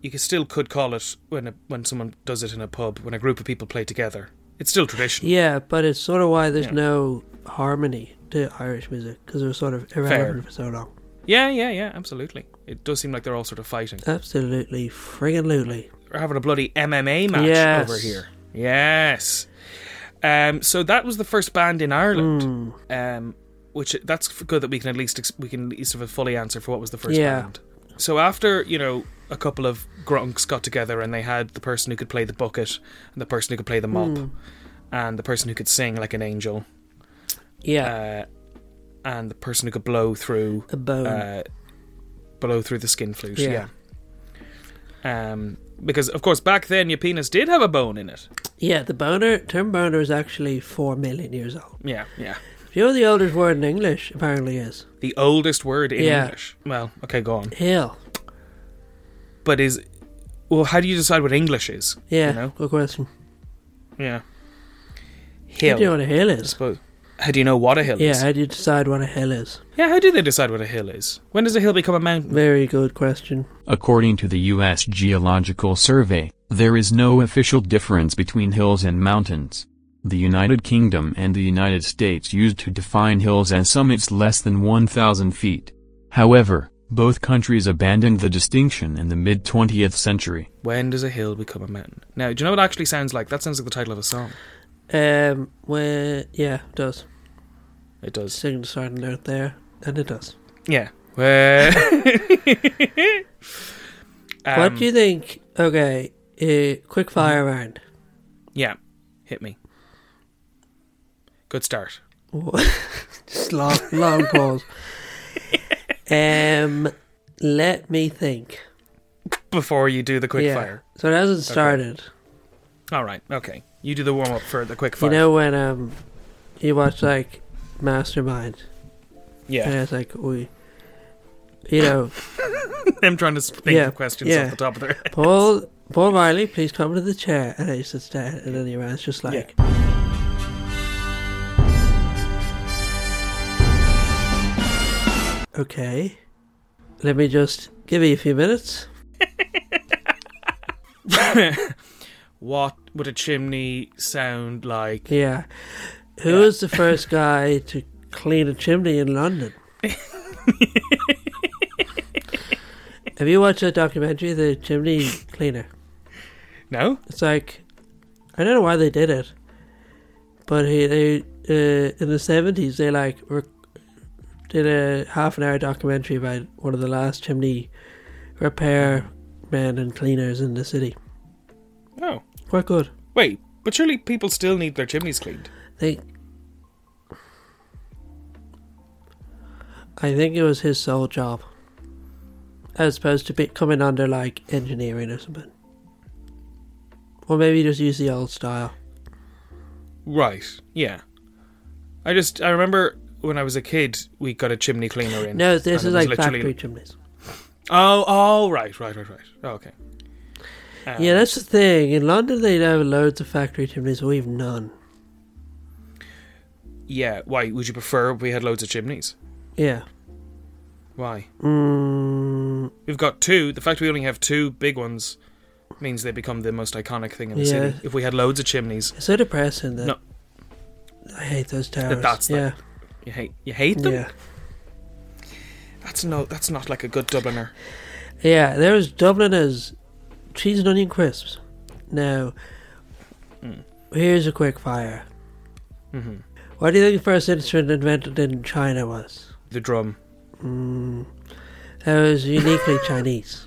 Speaker 2: You could still could call it when a, when someone does it in a pub, when a group of people play together. It's still traditional.
Speaker 3: Yeah, but it's sort of why there's
Speaker 2: Yeah.
Speaker 3: no harmony to Irish music because it was sort of irrelevant for so long.
Speaker 2: Yeah, yeah, yeah, absolutely. It does seem like they're all sort of fighting.
Speaker 3: Absolutely, friggin' lutely.
Speaker 2: We're having a bloody MMA match
Speaker 3: Yes.
Speaker 2: over here. Yes. Um, so that was the first band in Ireland.
Speaker 3: Hmm.
Speaker 2: Um, which that's f- good that we can at least ex- we can at least have a fully answer for what was the first
Speaker 3: Yeah.
Speaker 2: band. So after you know a couple of grunks got together and they had the person who could play the bucket and the person who could play the mop
Speaker 3: Hmm.
Speaker 2: and the person who could sing like an angel
Speaker 3: Yeah,
Speaker 2: uh, and the person who could blow through
Speaker 3: a bone.
Speaker 2: uh, below through the skin flute. Yeah.
Speaker 3: um, Yeah.
Speaker 2: Um, because of course back then your penis did have a bone in it.
Speaker 3: Yeah, the boner term boner is actually four million years old.
Speaker 2: Yeah, yeah.
Speaker 3: Do You know the oldest word in English apparently is
Speaker 2: The oldest word in
Speaker 3: Yeah.
Speaker 2: English. Well, okay, go on.
Speaker 3: hill.
Speaker 2: But is well, how do you decide what English is?
Speaker 3: Yeah,
Speaker 2: You know?
Speaker 3: good question.
Speaker 2: Yeah.
Speaker 3: Do you know
Speaker 2: Hill.
Speaker 3: what a hill
Speaker 2: I
Speaker 3: is?
Speaker 2: suppose. How do you know what a hill
Speaker 3: Yeah,
Speaker 2: is?
Speaker 3: how do you decide what a hill is?
Speaker 2: Yeah, how do they decide what a hill is? When does a hill become a mountain?
Speaker 3: Very good question.
Speaker 4: According to the U.S. Geological Survey, there is no official difference between hills and mountains. The United Kingdom and the United States used to define hills as summits less than 1,000 feet. However, both countries abandoned the distinction in the mid 20th century.
Speaker 2: When does a hill become a mountain? Now, do you know what it actually sounds like? That sounds like the title of a song.
Speaker 3: Um, where yeah, it does.
Speaker 2: It does.
Speaker 3: Sing the starting note there, and it does.
Speaker 2: Yeah. Well, Um,
Speaker 3: what do you think? Okay, uh, quick fire round.
Speaker 2: yeah. Hit me. Good start.
Speaker 3: Just long, long pause. Um, let me think.
Speaker 2: Before you do the quick
Speaker 3: yeah.
Speaker 2: fire.
Speaker 3: So it hasn't started.
Speaker 2: All right. Okay. You do the warm up for the quick
Speaker 3: You
Speaker 2: fire.
Speaker 3: know when um, you watch like Mastermind, and
Speaker 2: yeah.
Speaker 3: it's like we, you know,
Speaker 2: Them trying to think
Speaker 3: uh, Yeah,
Speaker 2: of questions
Speaker 3: yeah.
Speaker 2: off the top of their head.
Speaker 3: Paul Paul Riley, please come to the chair, and then he sits down, and then he runs just like. Okay. Let me just give you a few minutes.
Speaker 2: What would a chimney sound like?
Speaker 3: Yeah. Who was the first guy to clean a chimney in London? Have you watched that documentary, The Chimney Cleaner?
Speaker 2: No?
Speaker 3: It's like I don't know why they did it, but he, they uh, in the seventies they like rec- did a half an hour documentary about one of the last chimney repair men and cleaners in the city.
Speaker 2: Oh.
Speaker 3: Quite good.
Speaker 2: Wait, but surely people still need their chimneys cleaned.
Speaker 3: They. I think it was his sole job, as opposed to be coming under like engineering or something, or maybe just use the old style.
Speaker 2: Right. Yeah. I just I remember when I was a kid, we got a chimney cleaner in.
Speaker 3: No, this
Speaker 2: and it
Speaker 3: is
Speaker 2: was
Speaker 3: like
Speaker 2: literally-
Speaker 3: factory chimneys.
Speaker 2: Oh, oh, right, right, right, right. Oh, okay. Um,
Speaker 3: Yeah, that's the thing. In London, they have loads of factory chimneys. We've none.
Speaker 2: yeah. Why would you prefer we had loads of chimneys?
Speaker 3: Yeah.
Speaker 2: Why?
Speaker 3: Mm,
Speaker 2: We've got two. The fact we only have two big ones means they become the most iconic thing in the
Speaker 3: Yeah.
Speaker 2: city. If we had loads of chimneys,
Speaker 3: it's so depressing that.
Speaker 2: No.
Speaker 3: I hate those towers.
Speaker 2: that's the-
Speaker 3: yeah.
Speaker 2: you hate you hate them.
Speaker 3: Yeah.
Speaker 2: That's no. That's not like a good Dubliner.
Speaker 3: Yeah, there was Dubliners cheese and onion crisps. Now, here's a quick fire. Hmm. Mm-hmm. What do you think the first instrument invented in China was?
Speaker 2: The drum.
Speaker 3: That was uniquely Chinese.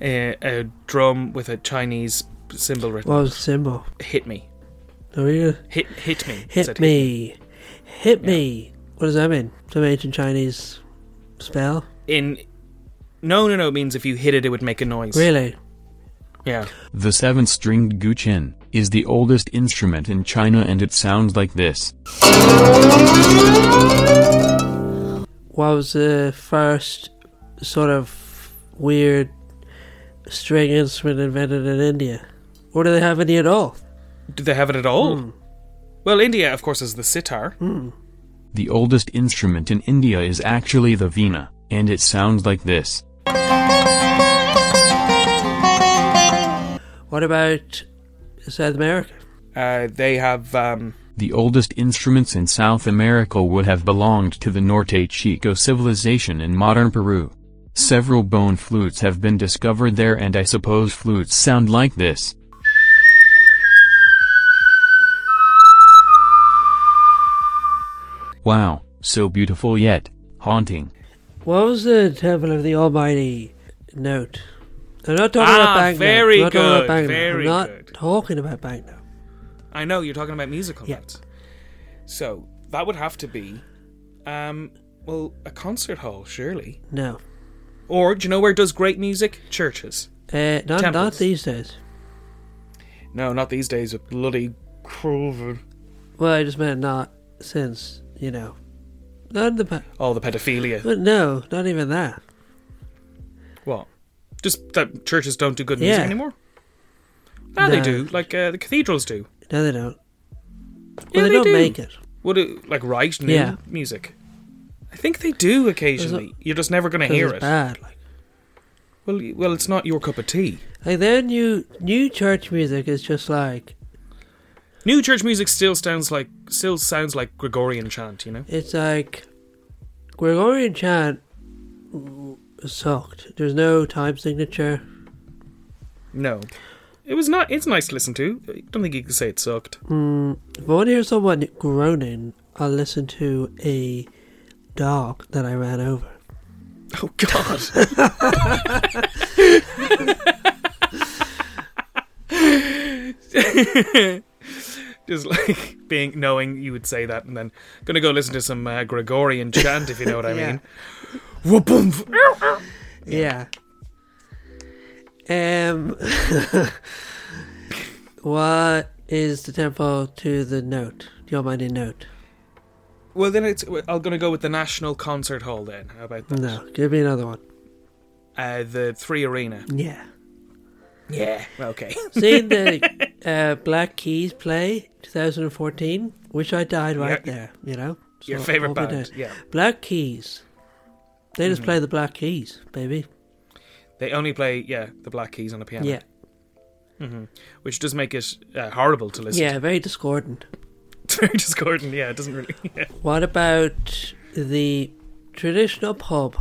Speaker 2: A, a drum with a Chinese symbol written.
Speaker 3: What was the symbol?
Speaker 2: hit me.
Speaker 3: Oh, yeah.
Speaker 2: Hit hit me.
Speaker 3: Hit
Speaker 2: Said
Speaker 3: me. Hit me. What does that mean? Some ancient Chinese spell?
Speaker 2: in no no no it means if you hit it it would make a noise
Speaker 3: Really?
Speaker 2: yeah
Speaker 4: The seven stringed guqin is the oldest instrument in China and it sounds like this.
Speaker 3: What was the first sort of weird string instrument invented in India? Or do they have any at all?
Speaker 2: do they have it at all
Speaker 3: Hmm.
Speaker 2: well india of course is the sitar
Speaker 4: The oldest instrument in India is actually the veena, and it sounds like this.
Speaker 3: What about South America?
Speaker 2: uh, they have um,
Speaker 4: The oldest instruments in South America would have belonged to the Norte Chico civilization in modern Peru. Several bone flutes have been discovered there and I suppose flutes sound like this. Wow, so beautiful yet haunting.
Speaker 3: What was the Temple of the Almighty note? I'm not talking
Speaker 2: Ah,
Speaker 3: about banknote.
Speaker 2: very
Speaker 3: I'm not talking
Speaker 2: good,
Speaker 3: about banknote.
Speaker 2: very
Speaker 3: I'm not
Speaker 2: good.
Speaker 3: talking about banknote.
Speaker 2: i know you're talking about musical
Speaker 3: Yeah.
Speaker 2: notes so that would have to be um, well a concert hall surely
Speaker 3: No.
Speaker 2: or do you know where it does great music churches
Speaker 3: Uh, not, not
Speaker 2: Temples.
Speaker 3: these days.
Speaker 2: no not these days with bloody covid
Speaker 3: Well, I just meant not since, you know. Not in the back.
Speaker 2: all the pedophilia
Speaker 3: But no, not even that.
Speaker 2: what just that churches don't do good music
Speaker 3: Yeah.
Speaker 2: anymore no, they
Speaker 3: No.
Speaker 2: do like uh, the cathedrals do
Speaker 3: No, they don't.
Speaker 2: Yeah,
Speaker 3: well, they,
Speaker 2: they
Speaker 3: don't
Speaker 2: do.
Speaker 3: make it.
Speaker 2: Would it like write new
Speaker 3: Yeah.
Speaker 2: music? I think they do occasionally. You're just never going to
Speaker 3: 'Cause
Speaker 2: hear
Speaker 3: it's
Speaker 2: it.
Speaker 3: bad. Like,
Speaker 2: Well, y- well, it's not your cup of tea.
Speaker 3: like their new new church music is just like
Speaker 2: New church music still sounds like still sounds like Gregorian chant. You know.
Speaker 3: it's like Gregorian chant w- sucked. There's no time signature.
Speaker 2: No. It was not. It's nice to listen to. I don't think you could say it sucked.
Speaker 3: Mm, if I want to hear someone groaning, I'll listen to a dog that I ran over.
Speaker 2: Oh God! Just like being knowing you would say that, and then gonna go listen to some uh, Gregorian chant if you know what I
Speaker 3: Yeah.
Speaker 2: mean. Whoop-oomph.
Speaker 3: yeah. Um. what is the tempo to the note? The Almighty note.
Speaker 2: Well, then it's. I'm gonna go with the National Concert Hall. Then how about that?
Speaker 3: No, give me another one.
Speaker 2: Uh, the Three Arena.
Speaker 3: Yeah.
Speaker 2: Yeah. Okay.
Speaker 3: Seeing the uh, Black Keys play 2014, which I died right
Speaker 2: Yeah.
Speaker 3: there. You know,
Speaker 2: Your
Speaker 3: So,
Speaker 2: favorite
Speaker 3: all good
Speaker 2: band,
Speaker 3: days.
Speaker 2: yeah. Mm-hmm.
Speaker 3: Black Keys. They just play the Black Keys, baby.
Speaker 2: They only play yeah the Black Keys on the piano.
Speaker 3: Yeah.
Speaker 2: hmm Which does make it uh, horrible to listen.
Speaker 3: Yeah, very discordant.
Speaker 2: It's very discordant. Yeah, it doesn't really. Yeah.
Speaker 3: What about the traditional pub?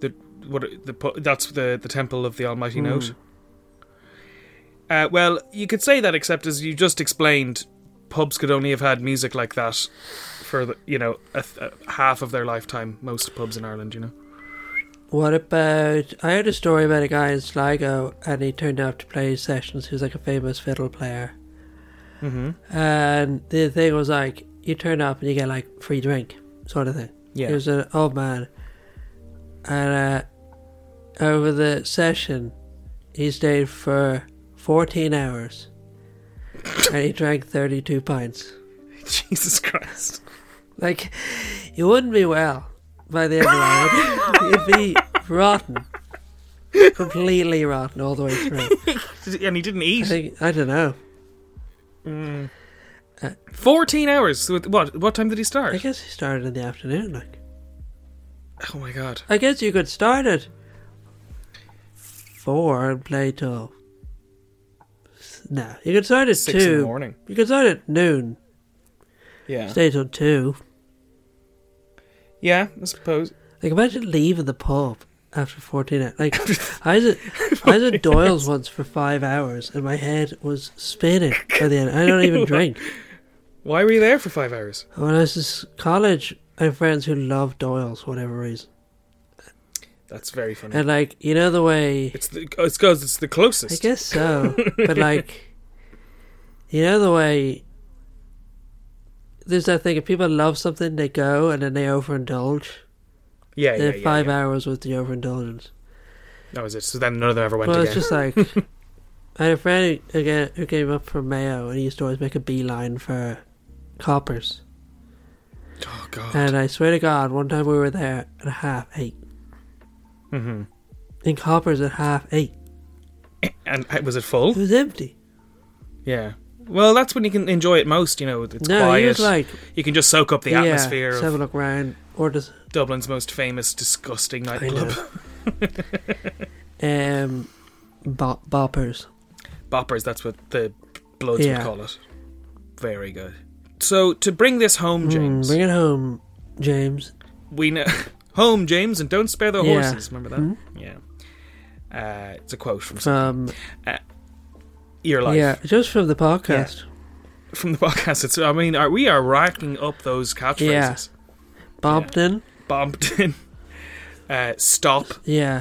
Speaker 2: The what the pu- that's the the temple of the
Speaker 3: Hmm.
Speaker 2: Almighty Note. Uh, well, you could say that, except as you just explained, pubs could only have had music like that for the, you know a, th- a half of their lifetime. Most pubs in Ireland, you know.
Speaker 3: What about? I heard a story about a guy in Sligo, and he turned out to play sessions. He was like a famous fiddle player,
Speaker 2: Mm-hmm.
Speaker 3: and the thing was like, you turn up and you get like free drink, sort of thing.
Speaker 2: Yeah.
Speaker 3: He was an old man, and uh, over the session, he stayed for fourteen hours, and he drank thirty-two pints.
Speaker 2: Jesus Christ.
Speaker 3: Like, you wouldn't be well by the end of it. You'd be rotten. Completely rotten all the way through.
Speaker 2: Did he- And he didn't
Speaker 3: I
Speaker 2: eat.
Speaker 3: think, I don't know.
Speaker 2: Mm. Fourteen hours. So What? What time did he start?
Speaker 3: I guess he started in the afternoon. Like,
Speaker 2: Oh my god.
Speaker 3: I guess you could start at four and play till. No, you could start at
Speaker 2: Six
Speaker 3: two.
Speaker 2: in the morning.
Speaker 3: You could start at noon.
Speaker 2: Yeah.
Speaker 3: Stay till two.
Speaker 2: Yeah, I suppose.
Speaker 3: Like imagine leaving the pub after fourteen hours. Like I was at I was at Doyle's once for five hours, and my head was spinning by the end. I don't even drink.
Speaker 2: Why were you there for five hours?
Speaker 3: When I was in college, I had friends who loved Doyle's for whatever reason,
Speaker 2: That's very funny.
Speaker 3: and like you know the way
Speaker 2: It's the, it's because it's the
Speaker 3: I
Speaker 2: closest.
Speaker 3: guess so, but like you know the way. There's that thing if people love something, they go and then they overindulge.
Speaker 2: Yeah, yeah,
Speaker 3: They have
Speaker 2: yeah,
Speaker 3: five
Speaker 2: yeah.
Speaker 3: hours with the overindulgence.
Speaker 2: That was it. So then none of them ever went
Speaker 3: well,
Speaker 2: again.
Speaker 3: it's just like I had a friend who, again who came up from Mayo, and he used to always make a beeline for coppers.
Speaker 2: oh god.
Speaker 3: And I swear to God, one time we were there at half eight
Speaker 2: hmm
Speaker 3: in coppers at half eight.
Speaker 2: And uh, was it
Speaker 3: It
Speaker 2: full?
Speaker 3: was empty.
Speaker 2: Yeah. Well, that's when you can enjoy it most. You know, it's
Speaker 3: no,
Speaker 2: quiet.
Speaker 3: he was like
Speaker 2: you can just soak up the
Speaker 3: yeah,
Speaker 2: atmosphere
Speaker 3: Just
Speaker 2: of
Speaker 3: have a look around, or just
Speaker 2: Dublin's most famous disgusting
Speaker 3: I
Speaker 2: nightclub,
Speaker 3: know. um, bo- boppers.
Speaker 2: Boppers. That's what the Bloods
Speaker 3: Yeah.
Speaker 2: would call it. Very good. So to bring this home,
Speaker 3: Mm,
Speaker 2: James,
Speaker 3: bring it home, James.
Speaker 2: we know home, James, and don't spare the
Speaker 3: Yeah. Hmm?
Speaker 2: horses. Remember that? Yeah. Uh, it's a quote from
Speaker 3: From
Speaker 2: your life.
Speaker 3: Um, yeah, just from the podcast.
Speaker 2: from the podcast. It's, I mean, are, we are racking up those catchphrases.
Speaker 3: Bompton.
Speaker 2: Bompton. Uh, stop.
Speaker 3: Yeah.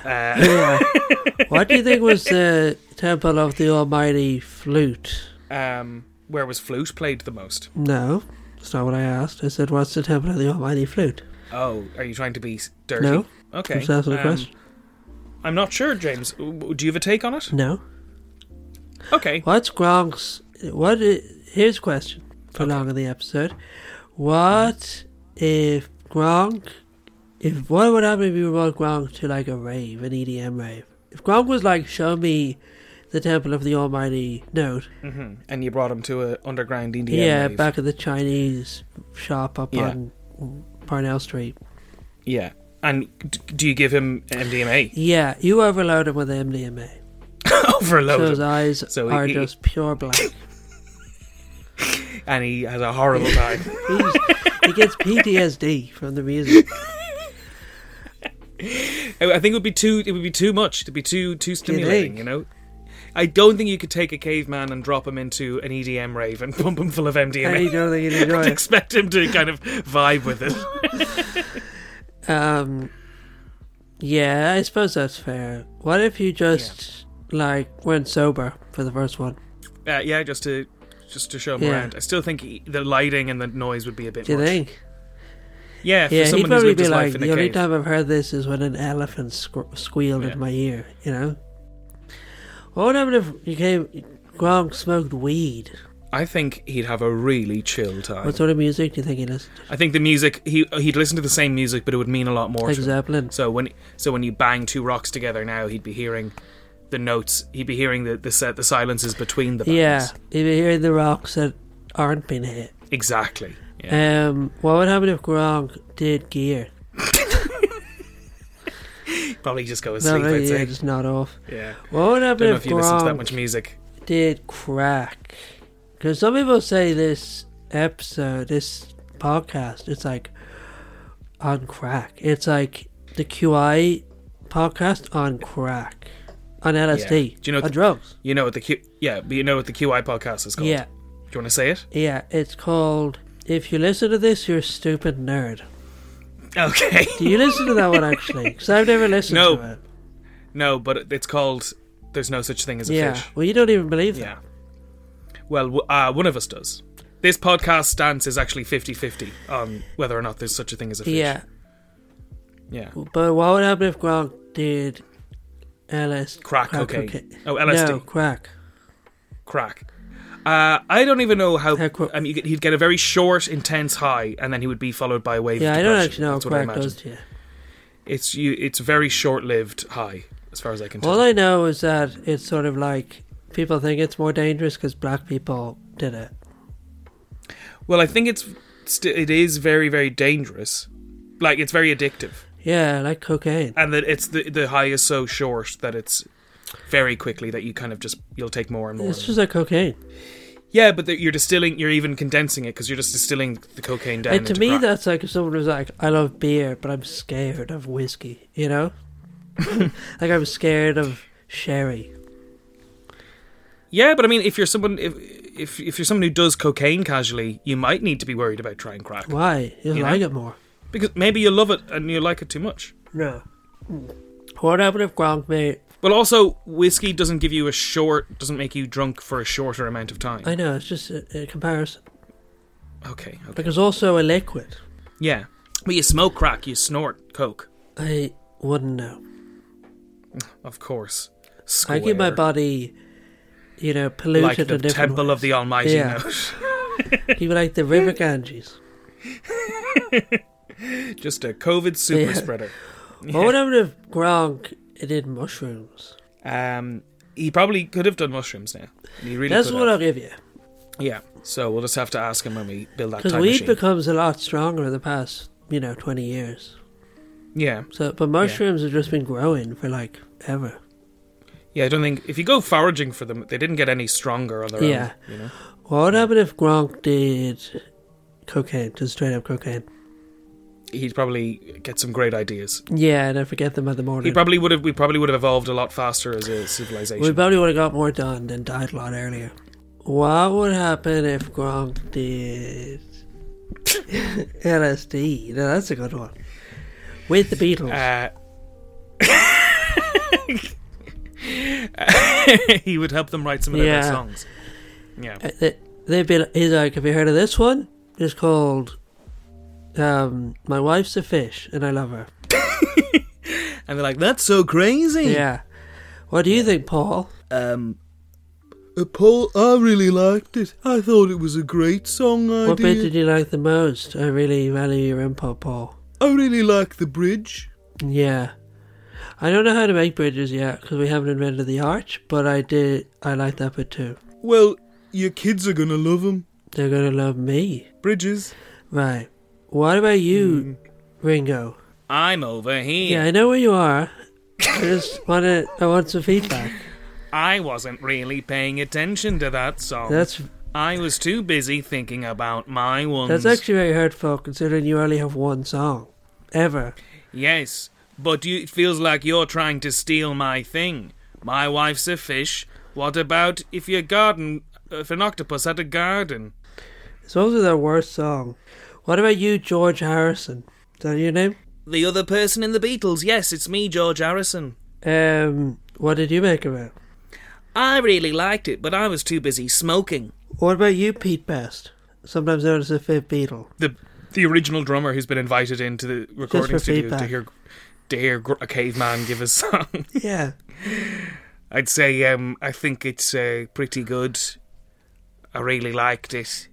Speaker 2: Uh,
Speaker 3: Yeah. what do you think was the temple of the almighty flute?
Speaker 2: um, where was flute played the most?
Speaker 3: No, that's not what I asked. I said, what's the temple of the almighty flute?
Speaker 2: Oh, are you trying to be s- dirty?
Speaker 3: No.
Speaker 2: Okay.
Speaker 3: Just asking a
Speaker 2: um,
Speaker 3: question.
Speaker 2: I'm not sure, James. W- w- Do you have a take on it?
Speaker 3: No.
Speaker 2: Okay.
Speaker 3: What's Gronk's... What i here's a question for long in the episode. What if Gronk... If What E would happen if you brought Gronk to like a rave, an EDM rave? If Gronk was like, show me the Temple of the Almighty Note.
Speaker 2: hmm And you brought him to a underground Indian.
Speaker 3: Yeah,
Speaker 2: rave.
Speaker 3: back at the Chinese shop up
Speaker 2: Yeah.
Speaker 3: on Parnell Street.
Speaker 2: Yeah. And d- do you give him MDMA?
Speaker 3: Yeah, you overload him with MDMA.
Speaker 2: Overload.
Speaker 3: Oh, so his
Speaker 2: him.
Speaker 3: eyes
Speaker 2: So he-
Speaker 3: are
Speaker 2: he-
Speaker 3: just pure black.
Speaker 2: And he has a horrible time.
Speaker 3: He's, he gets PTSD from the music.
Speaker 2: I I think it would be too. It would be too much. It'd be too too stimulating.
Speaker 3: think?
Speaker 2: You, know. I don't think you could take a caveman and drop him into an EDM rave and pump him full of
Speaker 3: And you
Speaker 2: MDMA.
Speaker 3: don't think he'd enjoy
Speaker 2: and
Speaker 3: it.
Speaker 2: expect him to kind of vibe with it.
Speaker 3: Um, yeah, I suppose that's fair. What if you just like went sober for the first one?
Speaker 2: Uh, yeah, just to just to show him
Speaker 3: Yeah.
Speaker 2: around. I still think he, the lighting and the noise would be a bit.
Speaker 3: Do you
Speaker 2: much.
Speaker 3: think?
Speaker 2: Yeah, for
Speaker 3: yeah, he'd
Speaker 2: someone who's
Speaker 3: probably
Speaker 2: lived
Speaker 3: be
Speaker 2: his
Speaker 3: like,
Speaker 2: life in
Speaker 3: the
Speaker 2: a
Speaker 3: only
Speaker 2: cave.
Speaker 3: time I've heard this is when an elephant squ- squealed
Speaker 2: Yeah.
Speaker 3: in my ear. You know. What would happen if you came? Gronk smoked weed.
Speaker 2: I think he'd have a really chill time.
Speaker 3: What sort of music do you think he listened to?
Speaker 2: I think the music he he'd listen to the same music, but it would mean a lot more.
Speaker 3: Like
Speaker 2: to him.
Speaker 3: Zeppelin.
Speaker 2: So when so when you bang two rocks together now, he'd be hearing the notes. He'd be hearing the the set the silences between the bands.
Speaker 3: Yeah, he'd be hearing the rocks that aren't being hit.
Speaker 2: exactly. Yeah.
Speaker 3: Um, what would happen if Gronk did gear?
Speaker 2: Probably just go to
Speaker 3: No,
Speaker 2: sleep.
Speaker 3: no,
Speaker 2: I'd
Speaker 3: yeah,
Speaker 2: say.
Speaker 3: just not off.
Speaker 2: yeah.
Speaker 3: What would happen
Speaker 2: don't know
Speaker 3: if
Speaker 2: if you listen to that
Speaker 3: Gronk
Speaker 2: much music.
Speaker 3: did crack. Because some people say this episode, this podcast, it's like on crack. It's like the QI podcast on crack, on
Speaker 2: Do
Speaker 3: LSD,
Speaker 2: you know
Speaker 3: on
Speaker 2: th-
Speaker 3: drugs.
Speaker 2: You know what the Q yeah, but you know what the QI podcast is called.
Speaker 3: Yeah,
Speaker 2: Do you want to say it?
Speaker 3: yeah. It's called. If you listen to this, you're a stupid nerd.
Speaker 2: Okay.
Speaker 3: Do you listen to that one actually? Because I've never listened
Speaker 2: No.
Speaker 3: to it.
Speaker 2: no, but it's called. There's no such thing as a
Speaker 3: Yeah.
Speaker 2: fish.
Speaker 3: Well, you don't even believe that.
Speaker 2: Yeah. Well, w- uh, one of us does. This podcast stance is actually 50 50 on whether or not there's such a thing as a fish.
Speaker 3: Yeah.
Speaker 2: Yeah.
Speaker 3: But what would happen if Gronk did LSD?
Speaker 2: Crack cocaine.
Speaker 3: cocaine.
Speaker 2: Oh, LSD.
Speaker 3: No, crack.
Speaker 2: Crack. Uh, I don't even know how.
Speaker 3: How qu-
Speaker 2: I mean, you could- he'd get a very short, intense high, and then he would be followed by a wave.
Speaker 3: Yeah,
Speaker 2: of
Speaker 3: I don't
Speaker 2: depression.
Speaker 3: actually know
Speaker 2: That's
Speaker 3: what
Speaker 2: what I
Speaker 3: crack
Speaker 2: imagine.
Speaker 3: does to you.
Speaker 2: It's you. It's a very short-lived high, as far as I can tell.
Speaker 3: All I know is that it's sort of like people think it's more dangerous because black people did it.
Speaker 2: well, I think it's st- it is very, very dangerous. Like it's very addictive,
Speaker 3: Yeah, like cocaine.
Speaker 2: and that it's the the high is so short that it's very quickly that you kind of just you'll take more and more.
Speaker 3: It's just like cocaine.
Speaker 2: Yeah, but the, you're distilling, you're even condensing it because you're just distilling the cocaine down.
Speaker 3: And to
Speaker 2: into
Speaker 3: me,
Speaker 2: crack.
Speaker 3: that's like if someone was like, "I love beer, but I'm scared of whiskey," you know, like I'm scared of sherry.
Speaker 2: yeah, but I mean, if you're someone, if if if you're someone who does cocaine casually, you might need to be worried about trying crack
Speaker 3: Why? You,
Speaker 2: You know?
Speaker 3: like it more?
Speaker 2: because maybe you love it and you like it too much.
Speaker 3: No. What happened if Gronk made?
Speaker 2: But also, whiskey doesn't give you a short, doesn't make you drunk for a shorter amount of time.
Speaker 3: I know it's just a, a comparison,
Speaker 2: okay, okay,
Speaker 3: but there's also a liquid.
Speaker 2: yeah, but you smoke crack, you snort coke,
Speaker 3: I wouldn't know.
Speaker 2: of course.
Speaker 3: I keep my
Speaker 2: Square.
Speaker 3: body, you know,
Speaker 2: like
Speaker 3: polluted
Speaker 2: the
Speaker 3: in different
Speaker 2: temple of the Almighty.
Speaker 3: Yeah.
Speaker 2: knows.
Speaker 3: Keep it like the River Ganges.
Speaker 2: just a COVID super
Speaker 3: Yeah.
Speaker 2: spreader.
Speaker 3: What would happen if Gronk did mushrooms?
Speaker 2: Um, he probably could have done mushrooms now. He really
Speaker 3: That's
Speaker 2: could
Speaker 3: what
Speaker 2: have.
Speaker 3: I'll give you.
Speaker 2: Yeah. So we'll just have to ask him when we build that
Speaker 3: Because
Speaker 2: time
Speaker 3: weed
Speaker 2: machine.
Speaker 3: becomes a lot stronger in the past, you know, 20 years.
Speaker 2: yeah.
Speaker 3: So, But mushrooms have just been growing for like ever.
Speaker 2: Yeah, I don't think if you go foraging for them, they didn't get any stronger on their
Speaker 3: Yeah.
Speaker 2: own. You know?
Speaker 3: What would happen if Gronk did cocaine, just straight up cocaine?
Speaker 2: He'd probably get some great ideas.
Speaker 3: Yeah, and I forget them at the
Speaker 2: He
Speaker 3: morning.
Speaker 2: probably would have we probably would have evolved a lot faster as a civilization.
Speaker 3: we probably would have got more done than died a lot earlier. What would happen if Gronk did LSD? Now that's a good one. With the Beatles.
Speaker 2: uh, Uh, he would help them write some of their best
Speaker 3: Yeah.
Speaker 2: songs. Yeah.
Speaker 3: Uh, they, they'd be li- he's like, have you heard of this one? It's called um, My Wife's a Fish and I Love Her.
Speaker 2: And they're like, that's so crazy.
Speaker 3: Yeah. What do you think, Paul?
Speaker 2: Um,
Speaker 6: uh, Paul, I really liked it. I thought it was a great song idea.
Speaker 3: what bit did you like the most? I really value your input, Paul.
Speaker 6: I really like the bridge.
Speaker 3: Yeah. I don't know how to make bridges yet because we haven't invented the arch, but I did. I like that bit too.
Speaker 6: Well, your kids are gonna love them.
Speaker 3: They're gonna love me,
Speaker 6: Bridges.
Speaker 3: right? What about you, Ringo?
Speaker 2: I'm over here.
Speaker 3: Yeah, I know where you are. I just want to. I want some feedback.
Speaker 2: I wasn't really paying attention to that song.
Speaker 3: That's
Speaker 2: I was too busy thinking about my ones.
Speaker 3: that's actually very hurtful considering you only have one song ever.
Speaker 2: Yes, but you, it feels like you're trying to steal my thing. My wife's a fish. What about if your garden, if an octopus had a garden?
Speaker 3: It's also their worst song. What about you, George Harrison? Is that your name?
Speaker 2: The other person in the Beatles. Yes, it's me, George Harrison.
Speaker 3: Um, what did you make of it?
Speaker 2: I really liked it, but I was too busy smoking.
Speaker 3: What about you, Pete Best? Sometimes known as the Fifth Beatle.
Speaker 2: The the original drummer who's been invited into the recording
Speaker 3: for
Speaker 2: studio to
Speaker 3: feedback.
Speaker 2: hear to hear gr- a caveman give a song.
Speaker 3: Yeah.
Speaker 2: I'd say um, I think it's uh, pretty good. I really liked it.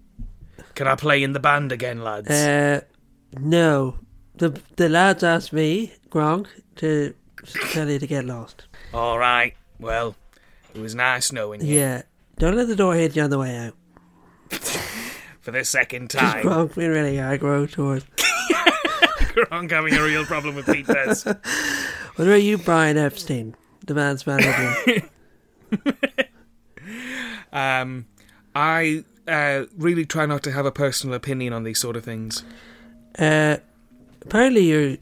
Speaker 2: Can I play in the band again, lads?
Speaker 3: Uh, no. The the lads asked me, Gronk, to tell you to get lost.
Speaker 2: All right. Well, it was nice knowing you
Speaker 3: Yeah. Don't let the door hit you on the way out.
Speaker 2: for the second
Speaker 3: Just
Speaker 2: time.
Speaker 3: Gronk being really aggro towards.
Speaker 2: Gronk having a real problem with Pete Best.
Speaker 3: What about you, Brian Epstein, the band's manager?
Speaker 2: Um, I uh, really try not to have a personal opinion on these sort of things.
Speaker 3: uh, apparently you're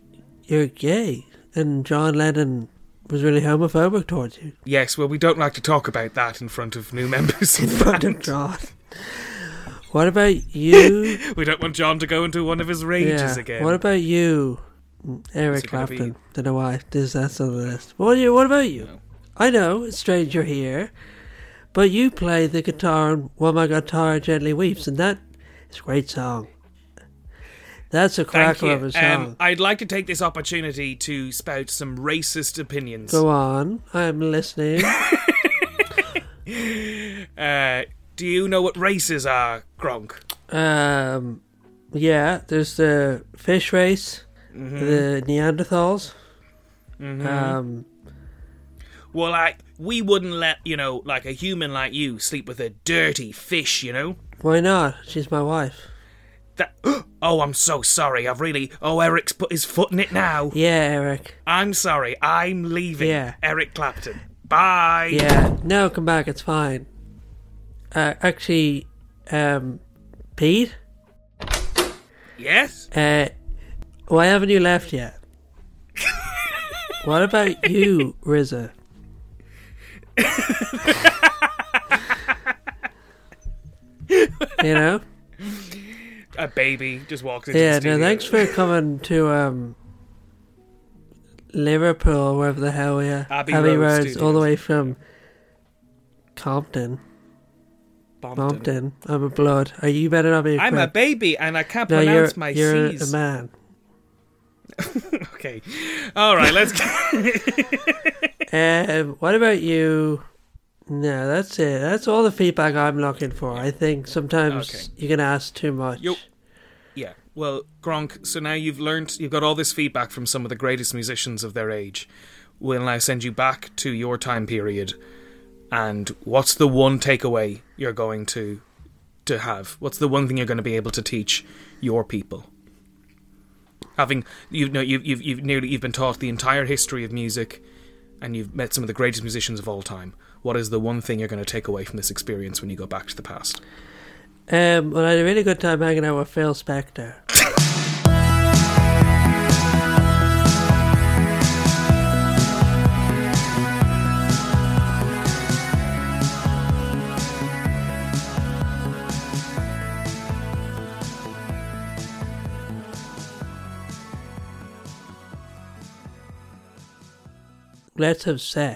Speaker 3: you're gay, and John Lennon was really homophobic towards you.
Speaker 2: Yes, well, we don't like to talk about that in front of new members.
Speaker 3: In front of John. What about you?
Speaker 2: we don't want John to go into one of his rages again.
Speaker 3: What about you, Eric
Speaker 2: it gonna be?
Speaker 3: Clapton? Don't know why this that's on the list. What about you? What about you? I know it's strange you're here, but you play the guitar and "While My Guitar Gently Weeps," and that is a great song. That's a
Speaker 2: Thank
Speaker 3: cracker of
Speaker 2: you.
Speaker 3: a song.
Speaker 2: Um, I'd like to take this opportunity to spout some racist opinions.
Speaker 3: Go on, I'm listening.
Speaker 2: Uh, do you know what races are, Gronk?
Speaker 3: um, yeah, there's the fish race,
Speaker 2: Mm-hmm.
Speaker 3: the Neanderthals. Um,
Speaker 2: Well, like we wouldn't let you know, like a human like you sleep with a dirty fish, you know.
Speaker 3: why not? She's my wife.
Speaker 2: That. Oh, I'm so sorry. I've really. Oh, Eric's put his foot in it now.
Speaker 3: Yeah, Eric.
Speaker 2: I'm sorry. I'm leaving.
Speaker 3: Yeah.
Speaker 2: Eric Clapton. Bye.
Speaker 3: Yeah, no, come back. It's fine. Uh, actually, um, Pete,
Speaker 2: Yes.
Speaker 3: uh, why haven't you left yet? what about you, Rizza? you know?
Speaker 2: A baby just walks into
Speaker 3: Yeah,
Speaker 2: the studio.
Speaker 3: no, thanks for coming to um, Liverpool, wherever the hell we are.
Speaker 2: Abbey
Speaker 3: Road
Speaker 2: Road
Speaker 3: all the
Speaker 2: Studios.
Speaker 3: way from Compton.
Speaker 2: Bompton.
Speaker 3: Compton. I'm a blood. Are you better not be a
Speaker 2: I'm a
Speaker 3: crip.
Speaker 2: baby and I can't
Speaker 3: No, you're,
Speaker 2: pronounce my
Speaker 3: you're
Speaker 2: C's.
Speaker 3: a man.
Speaker 2: Okay. All right. Let's. go.
Speaker 3: Um, what about you? No, that's it. That's all the feedback I'm looking for. I think sometimes
Speaker 2: Okay.
Speaker 3: you can ask too much.
Speaker 2: Yo- Yeah. Well, Gronk, so now you've learnt, you've got all this feedback from some of the greatest musicians of their age. We'll now send you back to your time period. And what's the one takeaway you're going to to have? What's the one thing you're going to be able to teach your people? Having you know you've you've, you've nearly you've been taught the entire history of music, and you've met some of the greatest musicians of all time. What is the one thing you're going to take away from this experience when you go back to the past?
Speaker 3: Um, well, I had a really good time hanging out with Phil Spector. Let's have sex.